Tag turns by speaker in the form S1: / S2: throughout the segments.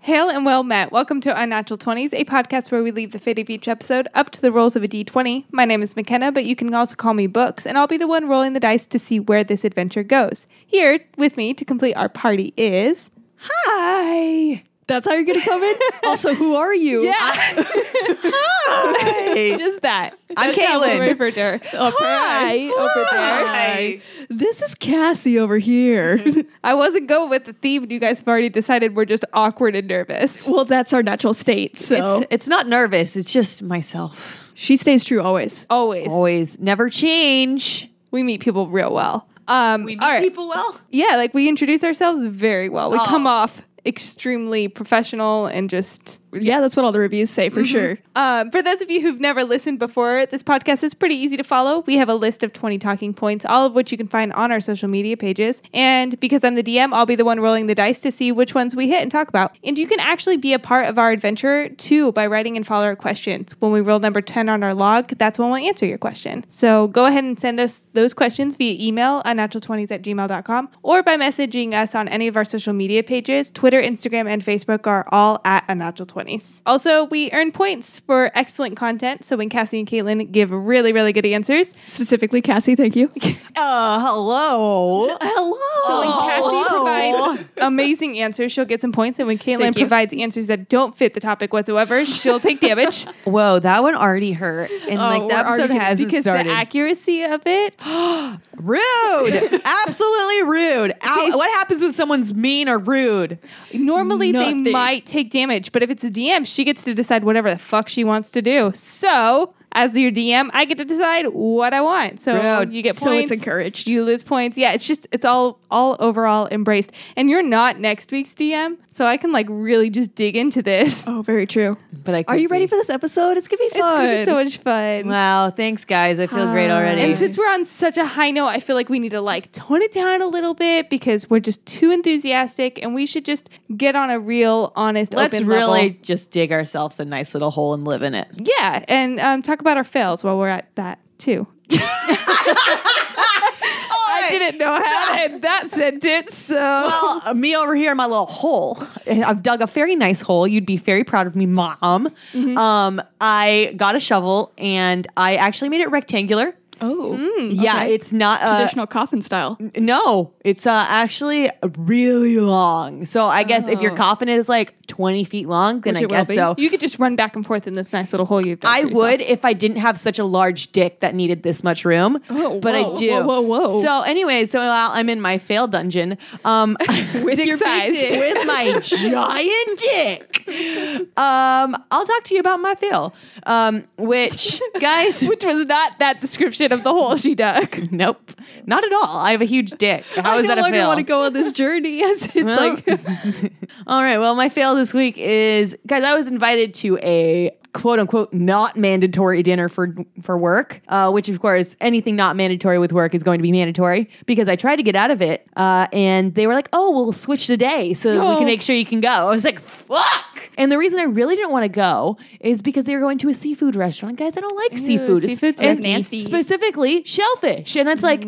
S1: Hail and well met. Welcome to Unnatural 20s, a podcast where we leave the fate of each episode up to the rolls of a d20. My name is McKenna, but you can also call me Books, and I'll be the one rolling the dice to see where this adventure goes. Here with me to complete our party is.
S2: Hi.
S3: That's how you're gonna come in. also, who are you?
S2: Hi.
S1: Just that.
S2: I'm
S1: That's how
S2: Caitlin.
S1: we refer to her. Hi, over there.
S2: Hi.
S3: This is Cassie over here.
S1: I wasn't going with the theme. You guys have already decided we're just awkward and nervous.
S3: well, that's our natural state. So
S2: It's, it's not nervous. It's just myself.
S3: she stays true always.
S1: Always.
S2: Always never change.
S1: We meet people real well. Um, all right.
S2: well.
S1: Yeah, like we introduce ourselves very well. We
S2: Aw.
S1: come off extremely professional and just.
S3: Yeah, Mm-hmm. that's what all the reviews say for sure.
S1: Um, for those of you who've never listened before, this podcast is pretty easy to follow. We have a list of 20 talking points, all of which you can find on our social media pages. And because I'm the DM, I'll be the one rolling the dice to see which ones we hit and talk about. And you can actually be a part of our adventure too by writing in follower questions. When we roll number 10 on our log, that's when we'll answer your question. So go ahead and send us those questions via email at natural20s at gmail.com or by messaging us on any of our social media pages. Twitter, Instagram, and Facebook are all at unnatural20s. Also, we earn points for excellent content. So when Cassie and Caitlin give really, really good answers,
S3: Specifically, Cassie, thank you.
S2: Uh, hello.
S3: Hello.
S1: so when
S3: Oh,
S1: Cassie
S2: Hello.
S1: provides amazing answers, she'll get some points. And when Caitlin
S3: Thank you.
S1: provides answers that don't fit the topic whatsoever, she'll take damage
S2: Whoa, that one already hurt, and like
S3: we're
S2: that
S3: already
S2: episode
S3: gonna-
S2: hasn't
S1: because
S2: started.
S1: the accuracy of it.
S2: rude, absolutely rude. Ow, what happens when someone's mean or rude?
S1: Normally they
S3: Nothing.
S1: might take damage, but if it's a DM, she gets to decide whatever the fuck she wants to do. So as your DM, I get to decide what I want. So
S2: Rude.
S1: you get points.
S3: So it's encouraged.
S1: You lose points. Yeah, it's just it's all all overall embraced. And you're not next week's DM, so I can like really just dig into this.
S3: Oh, very true.
S2: But I
S3: Are you ready for this episode? It's gonna be
S1: It's
S3: fun.
S1: gonna be so much fun.
S2: Wow, thanks guys. I feel great
S3: Hi.
S2: already.
S1: And since we're on such a high note, I feel like we need to like tone it down a little bit because we're just too enthusiastic, and we should just get on a real, honest,
S2: Let's
S1: open
S2: really
S1: level.
S2: just dig ourselves a nice little hole and live in it.
S1: Yeah, and um, talk about our fails while we're at that too. I didn't know how to end that sentence, so
S2: Well, uh, me over here in my little hole. I've dug a very nice hole. You'd be very proud of me, mom.
S3: Mm-hmm.
S2: Um, I got a shovel and I actually made it rectangular.
S3: oh,
S2: Yeah, it's not uh,
S3: traditional coffin style.
S2: no, it's uh, actually really long. So I guess if your
S3: Oh.
S2: coffin is like twenty feet long, then
S3: Which
S2: I
S3: it will
S2: guess
S3: be.
S2: so.
S1: you could just run back and forth in this nice little hole you've done.
S2: I
S1: for yourself.
S2: would if I didn't have such a large dick that needed this much room.
S3: Oh,
S2: but
S3: whoa,
S2: I do.
S3: whoa, whoa, whoa.
S2: So anyway, so while I'm in my fail dungeon, um,
S3: With
S1: Dick
S3: your big
S1: sized.
S3: dick.
S2: with my giant dick, um, I'll talk to you about my fail, um, which guys.
S1: which was not that description of the hole she dug.
S2: Nope, not at all. I have a huge dick. How
S3: I
S2: Oh, is
S3: no
S2: that a
S3: longer
S2: fail?
S3: want to go on this journey. As it's
S2: Well,
S3: like
S2: all right. Well, my fail this week is, guys. I was invited to a quote unquote not mandatory dinner for for work, uh, which of course anything not mandatory with work is going to be mandatory because I tried to get out of it, uh, and they were like, "Oh, we'll switch the day so that we
S3: No.
S2: can make sure you can go." I was like, "Fuck!" And the reason I really didn't want to go is because they were going to a seafood restaurant. Guys, I don't like seafood. It's-
S3: seafood's
S2: it's
S3: nasty.
S2: Specifically, shellfish, and it's like. I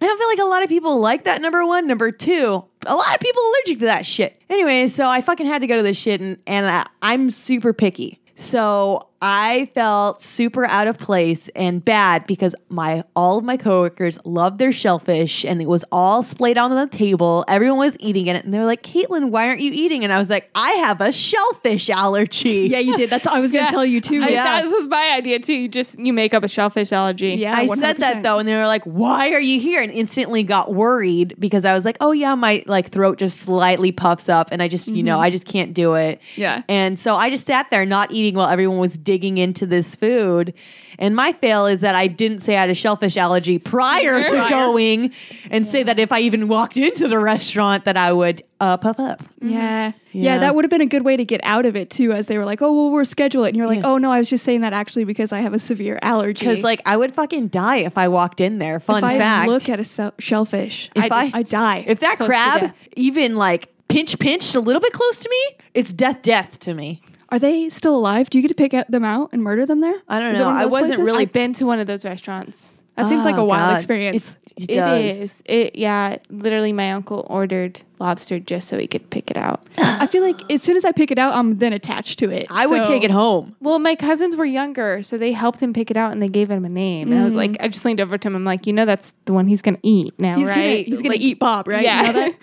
S2: don't feel like a lot of people like that. Number one, number two, a lot of people allergic to that shit. Anyway, so I fucking had to go to this shit, and and I, I'm super picky. So I felt super out of place and bad because my all of my coworkers loved their shellfish, and it was all splayed on the table. Everyone was eating it, and they were like, "Caitlin, why aren't you eating?" And I was like, "I have a shellfish allergy."
S3: yeah, you did. That's I was gonna tell you too.
S1: I-
S2: Yeah.
S1: That was my idea too. You just you make up a shellfish allergy.
S3: Yeah.
S2: I said that
S3: 100%.
S2: though, and they were like, "Why are you here?" And instantly got worried because I was like, "Oh yeah, my like throat just slightly puffs up, and I just you know I just can't do it."
S3: Mm-hmm. Yeah.
S2: And so I just sat there not eating while everyone was digging into this food. And my fail is that I didn't say I had a shellfish allergy prior to
S1: Prior.
S2: going, and say that if I even walked into the restaurant that I would uh, puff up.
S3: Yeah. yeah.
S2: Yeah.
S3: that would have been a good way to get out of it too, as they were like, oh, well, we're scheduled. And you're like,
S2: Yeah.
S3: oh, no, I was just saying that actually because I have a severe allergy.
S2: Because like I would fucking die if I walked in there. Fun
S3: if I
S2: fact.
S3: look at a se- shellfish,
S2: If
S3: I,
S2: I,
S3: I die.
S2: If that
S1: Close to
S2: crab
S1: death.
S2: even like pinch pinched a little bit close to me, it's death death to me.
S3: Are they still alive? Do you get to pick out them out and murder them there?
S2: I don't
S3: Is it
S2: know.
S3: one of
S2: I
S3: those
S2: wasn't
S3: places?
S2: really
S1: I've been to one of those restaurants.
S3: That seems like
S2: Oh,
S3: a wild
S2: God.
S3: experience.
S2: It, it
S1: It
S2: does.
S1: is. It yeah. Literally, my uncle ordered lobster just so he could pick it out.
S3: I feel like as soon as I pick it out, I'm then attached to it.
S2: I would
S3: So-
S2: take it home.
S1: Well, my cousins were younger, so they helped him pick it out and they gave him a name. And I was like, I just leaned over to him. I'm like, you know, that's the one Mm. he's gonna eat now,
S3: He's gonna,
S1: right?
S3: he's gonna eat Bob, right? You
S1: Yeah.
S3: know that?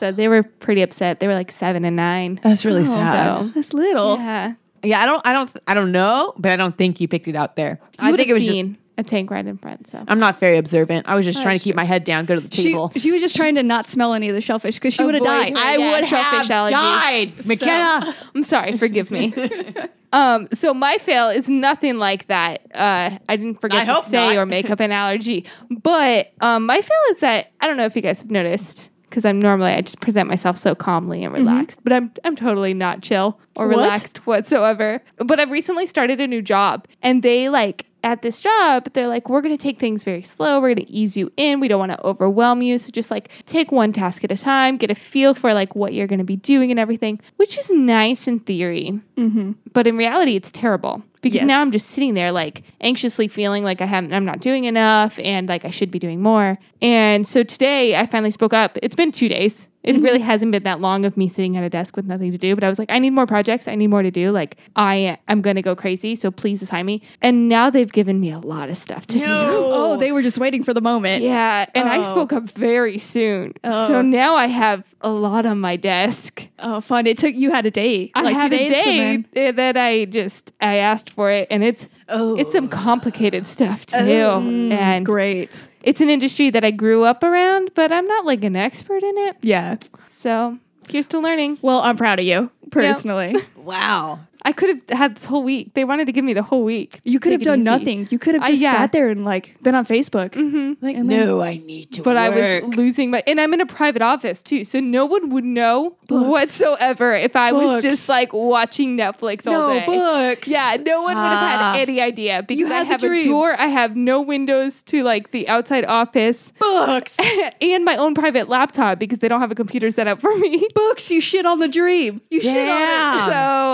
S1: so they were pretty upset. They were like seven and nine.
S2: That's really sad.
S1: So
S3: That's little.
S1: yeah,
S2: Oh. Yeah, I don't, I don't, I don't know, but I don't think you picked it out there.
S1: you
S2: I
S1: would
S2: think
S1: have
S2: just-
S1: seen a tank right in front. So
S2: I'm not very observant. I was just trying to keep my head down, go to the
S3: Oh, She,
S2: table.
S3: she was just trying to not smell any of the shellfish because she would have
S1: Avoid her.
S3: died.
S2: I
S1: yeah,
S2: would
S1: shellfish
S2: have
S1: allergy.
S2: died, McKenna.
S1: I'm sorry, forgive me. um, so my fail is nothing like that. Uh, I didn't
S2: I
S1: forget to
S2: hope
S1: say
S2: not.
S1: or make up an allergy, but um, my fail is that I don't know if you guys have noticed because I'm normally I just present myself so calmly and relaxed, but I'm I'm totally not chill or
S3: Mm-hmm. What?
S1: relaxed whatsoever. But I've recently started a new job, and they like. At this job, they're like, we're gonna take things very slow. We're gonna ease you in. We don't wanna overwhelm you. So just like take one task at a time, get a feel for like what you're gonna be doing and everything, which is nice in theory but in reality it's terrible because
S3: Mm-hmm. Yes.
S1: now i'm just sitting there like anxiously feeling like i haven't i'm not doing enough and like i should be doing more and so today i finally spoke up it's been two days it
S3: Mm-hmm.
S1: really hasn't been that long of me sitting at a desk with nothing to do but i was like i need more projects i need more to do like i am going to go crazy so please assign me and now they've given me a lot of stuff to do
S3: Oh, they were just waiting for the moment.
S1: yeah, and I
S3: Oh.
S1: spoke up very soon. So
S3: Oh.
S1: now I have a lot on my desk.
S3: Oh, fun! It took you had a day.
S1: I
S3: like two
S1: had
S3: days,
S1: a
S3: and
S1: day
S3: then-
S1: th- that I just I asked for it, and it's
S2: Oh.
S1: it's some complicated stuff too, and
S3: Mm, Great.
S1: it's an industry that I grew up around, but I'm not like an expert in it.
S3: Yeah.
S1: So here's to learning.
S3: Well, I'm proud of you personally.
S2: wow.
S1: I could have had this whole week. They wanted to give me the whole week.
S3: You could
S1: Take
S3: have
S1: it
S3: done
S1: easy.
S3: nothing. You could have
S1: I-
S3: just
S1: yeah.
S3: sat there and like been on Facebook.
S2: Like,
S3: And then-
S2: no, I need to.
S1: But I
S2: work.
S1: was losing my, and I'm in a private office too, so no one would know whatsoever if I was just
S3: Books.
S1: like watching Netflix all day.
S3: books.
S1: Yeah, no one would have
S2: Ah.
S1: had any idea because I
S3: had the
S1: have a
S3: dream.
S1: door. I have no windows to like the outside office
S3: books.
S1: and my own private laptop because they don't have a computer set up for me.
S3: books. You shit on the dream. You shit on
S2: Yeah.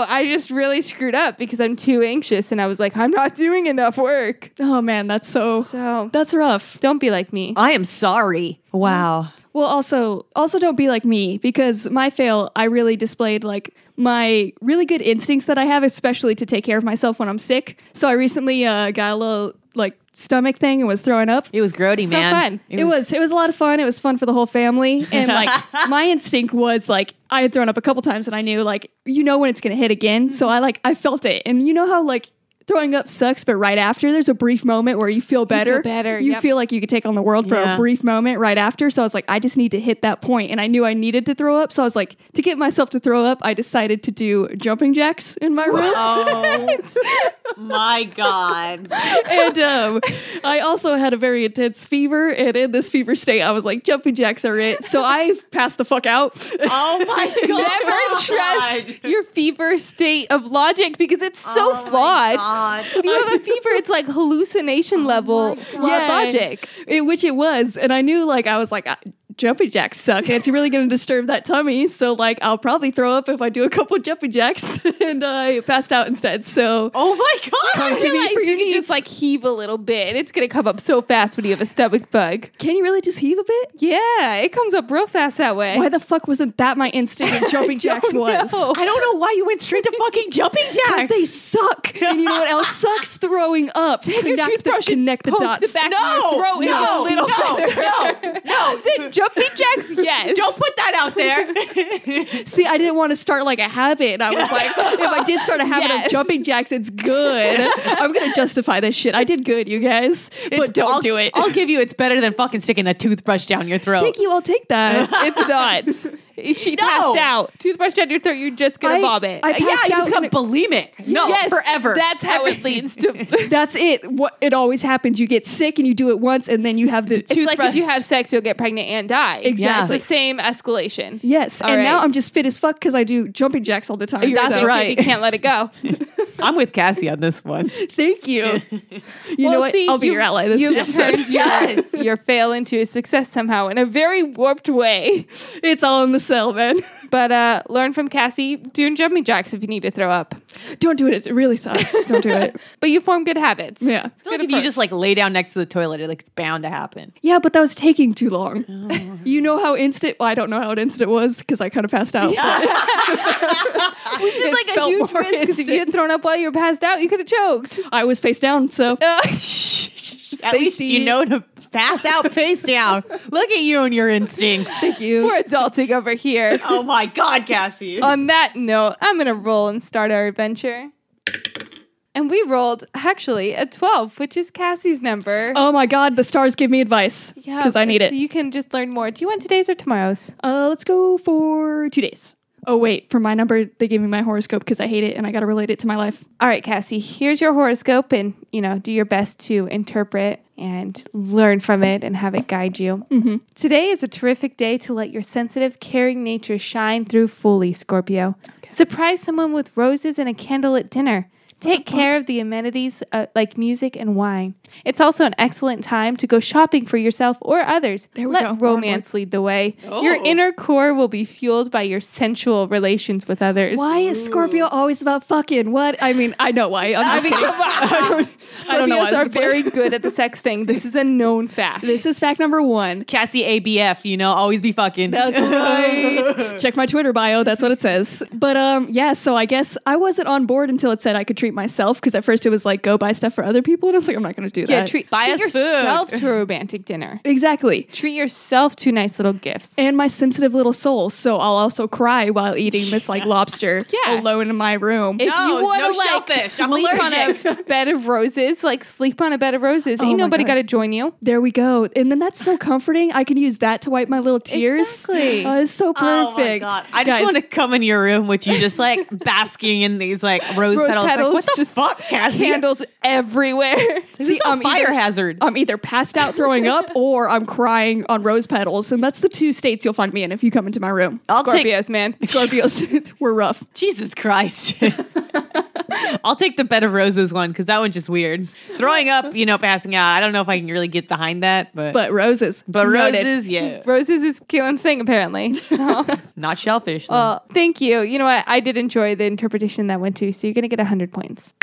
S3: it.
S1: So I just really screwed up because I'm too anxious and I was like, I'm not doing enough work.
S3: Oh man, that's so
S1: So
S3: that's rough.
S1: don't be like me.
S2: I am sorry. Wow.
S3: Well, also, also don't be like me because my fail, I really displayed like my really good instincts that I have, especially to take care of myself when I'm sick. So I recently uh, got a little like stomach thing and was throwing up.
S2: It was grody,
S1: So
S2: man.
S1: fun.
S3: It, was, it was a lot of fun. It was fun for the whole family. And like my instinct was like I had thrown up a couple times and I knew like you know when it's gonna hit again. So I like I felt it. And you know how like throwing up sucks, but right after there's a brief moment where you feel better.
S1: better,
S3: You
S1: yep.
S3: feel like you could take on the world for
S2: Yeah.
S3: a brief moment right after. So I was like, I just need to hit that point. And I knew I needed to throw up. So I was like, to get myself to throw up, I decided to do jumping jacks in my room.
S2: Oh my god.
S3: and um, I also had a very intense fever, and in this fever state, I was like, jumping jacks are it. So I passed the fuck out.
S2: Oh my
S1: Never trust your fever state of logic because it's
S3: Oh
S1: so flawed. When you have a fever, it's like hallucination
S3: Oh
S1: level flawed
S3: Yeah.
S1: logic.
S3: It- which it was, and I knew like I was like. I, Jumping jacks suck, and it's really going to disturb that tummy. So, like, I'll probably throw up if I do a couple jumping jacks, and I passed out instead. So,
S2: Oh my
S1: I
S2: god.
S3: to me
S1: realize
S3: for
S1: you
S3: your
S1: can
S3: needs.
S1: just like heave a little bit and it's gonna come up so fast when you have a stomach bug.
S3: can you really just heave a bit?
S1: Yeah, it comes up real fast that way.
S3: Why the fuck wasn't that my instinct? And jumping jacks was.
S1: Eh? know.
S2: I don't know why you went straight to fucking jumping
S3: Because
S2: jacks.
S3: they suck. And you know what else sucks? Throwing up. Take
S1: Your
S3: connect
S1: toothbrush
S3: the,
S1: and
S3: connect the
S1: poke
S3: dots.
S1: The back
S2: No,
S1: of your throat
S2: no,
S1: into a little
S2: no,
S1: feather.
S2: no.
S1: then jumping jacks, yes.
S2: Don't put that out there.
S3: See, I didn't want to start like a habit. And I was like, if I did start a habit
S1: Yes.
S3: of jumping jacks, it's good. I'm gonna justify this shit. I did good, you guys. but don't
S2: I'll-
S3: do it.
S2: I'll give you. It's better than fucking sticking a toothbrush down your throat.
S3: Thank you. I'll take that.
S1: it's not. She
S2: No.
S1: passed out. Toothbrush down your throat, you're just gonna
S3: I-
S1: vomit.
S3: I
S2: yeah,
S3: passed
S2: you
S3: out
S2: become
S3: in a-
S2: bulimic. No,
S1: yes,
S2: forever.
S1: That's how it leads to.
S3: That's it. What it always happens. You get sick and you do it once, and then you have the
S1: It's like
S2: Toothbrush.
S1: if you have sex, you'll get pregnant and die.
S3: Exactly.
S1: It's the same escalation.
S3: Yes,
S1: All
S3: and now
S1: right.
S3: I'm just fit as fuck because I do jumping jacks all the time.
S1: You're
S2: That's
S1: so good,
S2: right.
S1: You can't let it go.
S2: I'm with Cassie on this one.
S3: Thank you. You know
S1: Well,
S3: what?
S1: see,
S3: I'll be
S1: you-
S3: your ally this
S1: you've
S3: episode.
S1: turned your, your fail into a success somehow in a very warped way.
S3: It's all in the cell, man.
S1: But uh, learn from Cassie. Do jumping jacks if you need to throw up.
S3: Don't do it. It really sucks. Don't do it.
S1: But you form good habits.
S3: Yeah.
S2: I feel like if you just like lay down next to the toilet, it, like it's bound to happen.
S3: Yeah, but that was taking too long. you know how instant, well, I don't know how instant it was because I kind of passed out.
S1: Which is like a
S3: felt
S1: huge risk
S3: more
S1: 'cause if you had thrown up while you were passed out, you could have choked.
S3: but I was face down, so
S2: At least you know to pass out face down. Look at you and your instincts.
S3: thank you.
S1: We're adulting over here.
S2: Oh my God, Cassie.
S3: Oh,
S1: On that note, I'm going to roll and start our adventure. And we rolled actually a 12, which is Cassie's number.
S3: Oh my God, the stars give me advice because I need
S1: so
S3: it.
S1: you can just learn more. Do you want today's or tomorrow's?
S3: Uh, let's go for two days. Oh, wait, for my number, they gave me my horoscope because I hate it and I got to relate it to my life.
S1: All right, Cassie, here's your horoscope and, you know, do your best to interpret and learn from it and have it guide you. Mm-hmm. Today is a terrific day to let your sensitive, caring nature shine through fully, Scorpio. Surprise someone with roses and a candle at dinner. Take care of the amenities uh, like music and wine. It's also an excellent time to go shopping for yourself or others.
S3: There we
S1: Let
S3: go.
S1: romance lead the way. Your
S2: Oh.
S1: inner core will be fueled by your sensual relations with others.
S3: Why is Scorpio always about fucking? What? I mean, I know why. I'm just kidding. I don't, I don't know. why
S1: Scorpios
S3: I was
S1: are
S3: gonna put-
S1: very good at the sex thing. This is a known fact.
S3: This is fact number one.
S2: Cassie ABF, you know, always be fucking.
S3: That's right. Check my Twitter bio. That's what it says. But um, yeah. So I guess I wasn't on board until it said I could treat myself because at first it was like go buy stuff for other people, and I was like, I'm not going to do
S1: Yeah,
S3: that.
S1: treat,
S2: Buy
S1: treat
S2: us food.
S1: yourself to a romantic dinner.
S3: exactly.
S1: Treat yourself to nice little gifts.
S3: And my sensitive little soul. So I'll also cry while eating this like lobster
S1: Yeah.
S3: alone in my room.
S1: if
S2: No,
S1: you want to
S2: no
S1: like
S2: shellfish. I'm
S1: sleep on a
S2: allergic.
S1: bed of roses, like sleep on a bed of roses.
S3: Oh
S1: Ain't
S3: my
S1: nobody
S3: God.
S1: got to join you.
S3: There we go. And then that's so comforting. I can use that to wipe my little tears.
S1: Exactly.
S3: Oh, it's so
S2: Oh my
S3: perfect.
S2: God. I just
S3: Guys,
S2: want to come in your room with you just like basking in these like rose,
S1: Rose
S2: petals. Like,
S1: petals,
S2: what the
S1: just
S2: fuck, Cassie?
S1: Candles everywhere.
S2: This is
S3: See,
S2: a
S3: um,
S2: fire
S3: either-
S2: hazard.
S3: I'm either passed out throwing up or I'm crying on rose petals. And that's the two states you'll find me in if you come into my room.
S1: Oh.
S2: I'll take-
S1: Scorpios, man.
S3: Scorpios, we're rough.
S2: Jesus Christ. I'll take the bed of roses one because that one's just weird. Throwing up, you know, passing out. I don't know if I can really get behind that, but
S3: But roses.
S2: but
S3: Noted.
S2: roses, yeah,
S1: Roses is Keelan's thing, apparently. So,
S2: not shellfish. though.
S1: well, thank you. You know what? I did enjoy the interpretation that went to, so you're going to get 100 points.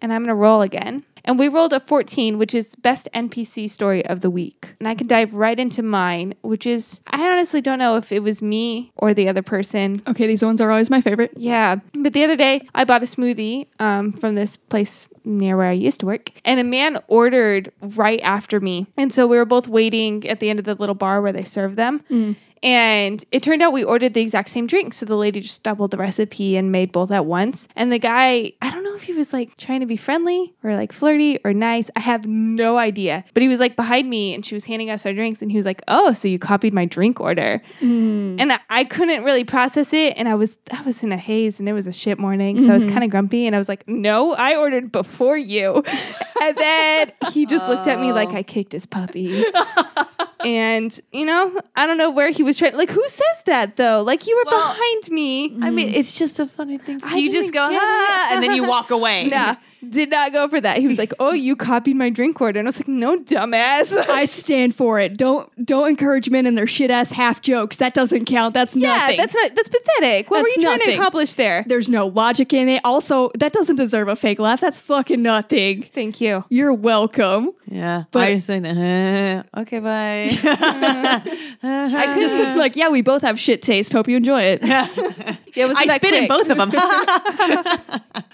S1: and I'm going to roll again. And we rolled a 14, which is best NPC story of the week. And I can dive right into mine, which is I honestly don't know if it was me or the other person.
S3: Okay, these ones are always my favorite.
S1: Yeah. But the other day, I bought a smoothie um, from this place near where I used to work. And a man ordered right after me. And so we were both waiting at the end of the little bar where they serve them. And it turned out we ordered the exact same drink. So the lady just doubled the recipe and made both at once. And the guy, I don't know if he was like trying to be friendly or like flirty or nice. I have no idea. But he was like behind me and she was handing us our drinks. And he was like, Oh, so you copied my drink order and I, I couldn't really process it and i was i was in a haze and it was a shit morning so i was kind of grumpy and i was like no i ordered before you and then he just looked at me like i kicked his puppy and you know i don't know where he was trying like who says that though like you were
S2: Well-
S1: behind me
S2: I mean, it's just a funny thing.
S1: I
S2: you
S1: didn't
S2: just go,
S1: get it.
S2: ah, and then you walk away.
S1: nah did not go for that he was like oh you copied my drink order and i was like no dumbass
S3: I stand for it. Don't don't encourage men in their shit ass half jokes. That doesn't count. That's
S1: yeah
S3: nothing.
S1: that's not that's pathetic what
S3: That's
S1: were you trying
S3: nothing.
S1: to accomplish there
S3: There's no logic in it. Also, that doesn't deserve a fake laugh. That's fucking nothing.
S1: thank you
S3: You're welcome.
S2: Yeah.
S3: But-
S2: But I just think that, "Huh, okay, bye.
S3: I could just said, like, yeah, we both have shit taste. Hope you enjoy it.
S1: yeah, it wasn't
S2: I
S1: that
S2: spit in
S1: quick.
S2: both of them.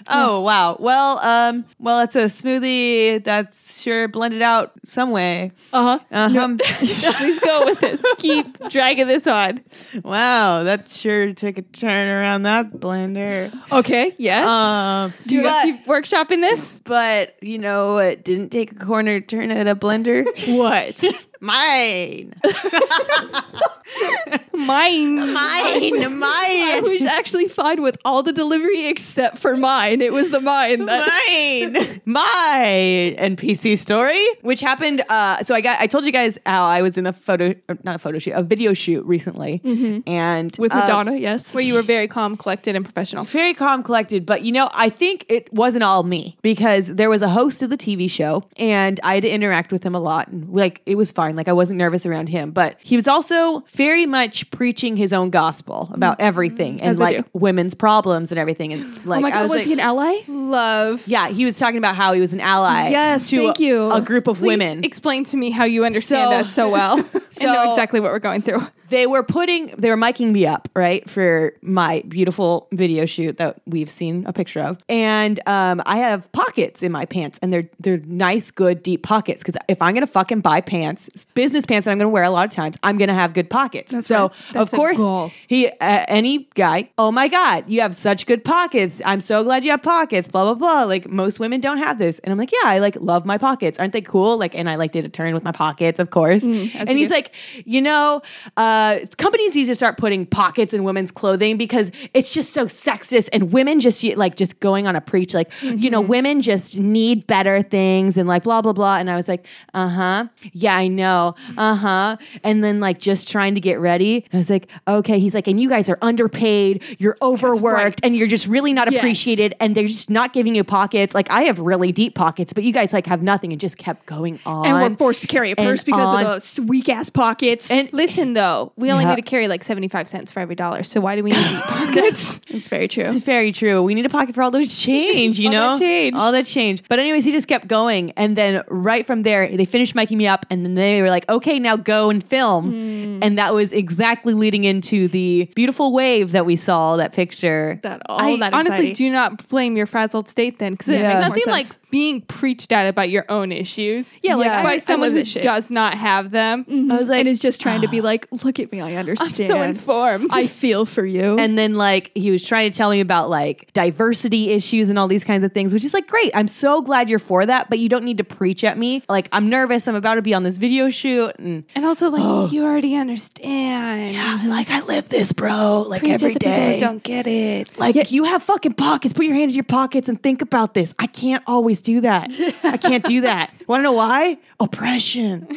S2: oh wow. Well, um, well, it's a smoothie that's sure blended out some way.
S3: Uh huh.
S2: Um,
S1: Please go with this. Keep dragging this on.
S2: wow, that sure took a turn around that blender.
S3: Okay. Yeah.
S2: Um,
S1: Do you
S2: but,
S1: keep workshopping this?
S2: but you know what? Didn't take a corner turn at a blender.
S1: Uh,
S3: what?
S2: mine,
S1: Mine.
S2: mine,
S3: I
S2: mine,
S3: was actually fine with all the delivery except for mine. It was the mine that
S2: mine, my NPC story, which happened. Uh, so I got, I told you guys how I was in a photo, or not a photo shoot, a video shoot recently, and
S3: Mm-hmm. with
S2: uh,
S3: Madonna. yes.
S1: Where you Oh. were very calm, collected, and professional.
S2: very calm, collected. But you know, I think it wasn't all me because there was a host of the TV show, and I had to interact with him a lot, and like it was fun. fine. Like I wasn't nervous around him, but he was also very much preaching his own gospel about everything and
S3: Mm-hmm. As they
S2: like
S3: do.
S2: women's problems and everything. And like,
S3: oh my
S2: I
S3: god, was,
S2: like,
S3: he an ally?
S1: Love.
S2: yeah, he was talking about how he was an ally.
S3: Yes,
S2: to
S3: thank
S2: a,
S3: you.
S2: a group of
S1: Please
S2: women.
S1: explain to me how you understand
S2: So-
S1: us so well and know
S2: So-
S1: exactly what we're going through.
S2: they were putting they were miking me up right for my beautiful video shoot that we've seen a picture of and um, i have pockets in my pants and they're they're nice good deep pockets because if i'm gonna fucking buy pants business pants that i'm gonna wear a lot of times i'm gonna have good pockets so of
S1: That's a goal.
S2: course he uh, any guy oh my god you have such good pockets i'm so glad you have pockets blah blah blah like most women don't have this and i'm like yeah i like love my pockets aren't they cool like and i like did a turn with my pockets of course
S1: as
S2: and
S1: you
S2: he's
S1: do.
S2: like you know uh, companies need to start putting pockets in women's clothing because it's just so sexist and women just like just going on a preach like you
S3: Mm-hmm.
S2: know women just need better things and like blah blah blah and i was like uh-huh yeah i know uh-huh and then like just trying to get ready i was like okay he's like and you guys are underpaid you're overworked and you're just really not
S3: Yes.
S2: appreciated and they're just not giving you pockets like i have really deep pockets but you guys like have nothing and just kept going on
S3: And we're forced to carry a
S2: and
S3: purse because
S2: on.
S3: of those weak ass pockets.
S2: and
S1: Listen though, we only
S2: Yeah.
S1: need to carry like 75 cents for every dollar. So why do we need deep
S3: that's it's very true.
S2: It's very true. We need a pocket for all those change, you
S1: All
S2: know?
S1: that change.
S2: All that change. But anyways, he just kept going. And then right from there, they finished miking me up and then they were like, okay, now go and film.
S1: Hmm.
S2: And that was exactly leading into the beautiful wave that we saw, that picture.
S3: That all
S1: I
S3: that
S1: honestly
S3: anxiety.
S1: do not blame your frazzled state then, because
S2: Yeah.
S1: it's
S2: Makes
S3: more
S1: nothing like
S3: sense.
S1: being preached at about your own issues.
S3: Yeah, like, I- I
S1: by
S3: live
S1: someone who
S3: this shit.
S1: does not have them.
S2: I was like,
S3: and is just trying to be like, look at me, I
S1: I'm
S3: understand.
S1: so informed.
S3: I feel for you.
S2: and then like he was trying to tell me about like diversity issues and all these kinds of things which is like great i'm so glad you're for that but you don't need to preach at me like i'm nervous i'm about to be on this video shoot and
S1: and also like you already understand.
S2: i'm Oh. like i live this bro like
S1: Preach at
S2: every
S1: the people who
S2: day
S1: don't get it.
S2: Like you have fucking pockets. Put your hand in your pockets and think about this. I can't always do that. I can't do that. Want to know why? Oppression.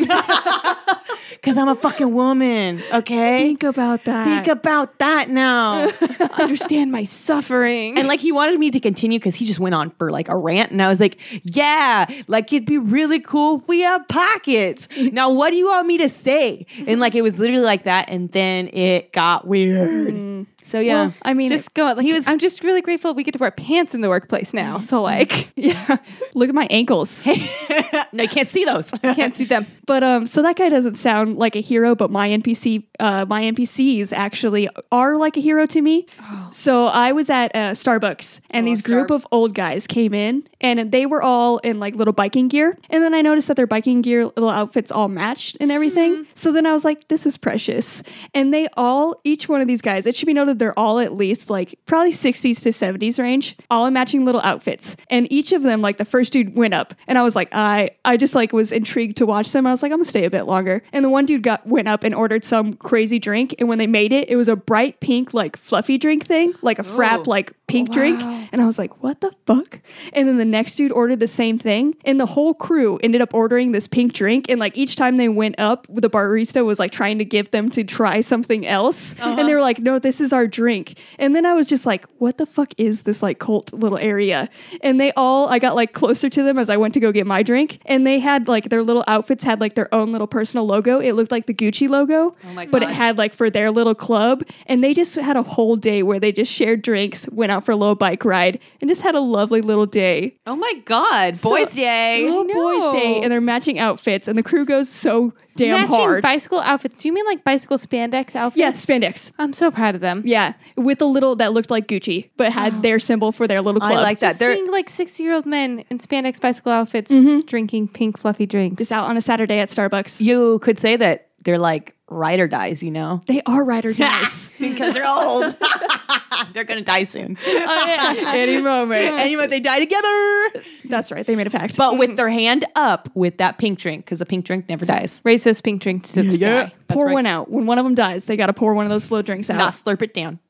S2: Because I'm a fucking woman. Okay.
S3: think about that.
S2: Think about that now.
S1: understand my suffering.
S2: and like he wanted me to continue because he just went on for like a rant, and I was like, "Yeah, like it'd be really cool if we have pockets." Now, what do you want me to say? And like it was literally like that, and then it got weird. So yeah,
S3: Well, I mean,
S1: uh, just go. Like,
S2: he was-
S1: I'm just really grateful we get to wear pants in the workplace now. So like,
S3: yeah. Look at my ankles.
S2: no, you can't see those.
S1: can't see them.
S3: But um, so that guy doesn't sound like a hero, but my NPC, uh, my NPCs actually are like a hero to me.
S1: Oh.
S3: So I was at uh, Starbucks, and these group
S1: Starbucks.
S3: of old guys came in, and they were all in like little biking gear. And then I noticed that their biking gear little outfits all matched and everything. So then I was like, "This is precious." And they all, each one of these guys, it should be noted they're all at least like probably 60s to 70s range, all in matching little outfits. And each of them, like the first dude went up, and I was like, I, I just like was intrigued to watch them. I was like, I'm gonna stay a bit longer. And the one dude got went up and ordered some crazy drink. And when they made it, it was a bright pink, like fluffy drink thing, like a frap, like pink drink. And I was like, what the fuck? And then the next dude ordered the same thing. And the whole crew ended up ordering this pink drink. And like each time they went up, the barista was like trying to give them to try something else. And
S2: Uh-huh.
S3: they were like, no, this is our drink. And then I was just like, what the fuck is this like cult little area? And they all, I got like closer to them as I went to go get my drink. And they had like their little outfits had like their own little personal logo. It looked like the Gucci logo,
S2: Oh my
S3: but it
S2: God.
S3: had had like for their little club and they just had a whole day where they just shared drinks went out for a little bike ride and just had a lovely little day
S2: Oh my God, Boys Day.
S3: little boys day
S1: know.
S3: and their matching outfits and the crew goes so damn
S1: Matching
S3: hard
S1: bicycle outfits. Do you mean like bicycle spandex outfits?
S3: yeah spandex
S1: I'm so proud of them.
S3: yeah with a little that looked like gucci but had their symbol for their little
S2: Oh. I
S3: club
S2: like that.
S1: Just
S2: They're-
S1: seeing like 60 year old men in spandex bicycle outfits drinking pink fluffy drinks.
S3: just out on a saturday at starbucks
S2: You could say that they're like ride or dies, you know?
S3: they are riders nice
S2: because they're old. they're going to die soon.
S1: oh,
S3: any moment
S2: Anyway, they die together,
S3: that's right they made a pact
S2: but with their hand up with that pink drink because a pink drink never dies.
S1: Raise those pink drinks to the sky.
S3: pour one out when one of them dies they gotta pour one of those slow drinks out
S2: Not slurp it down.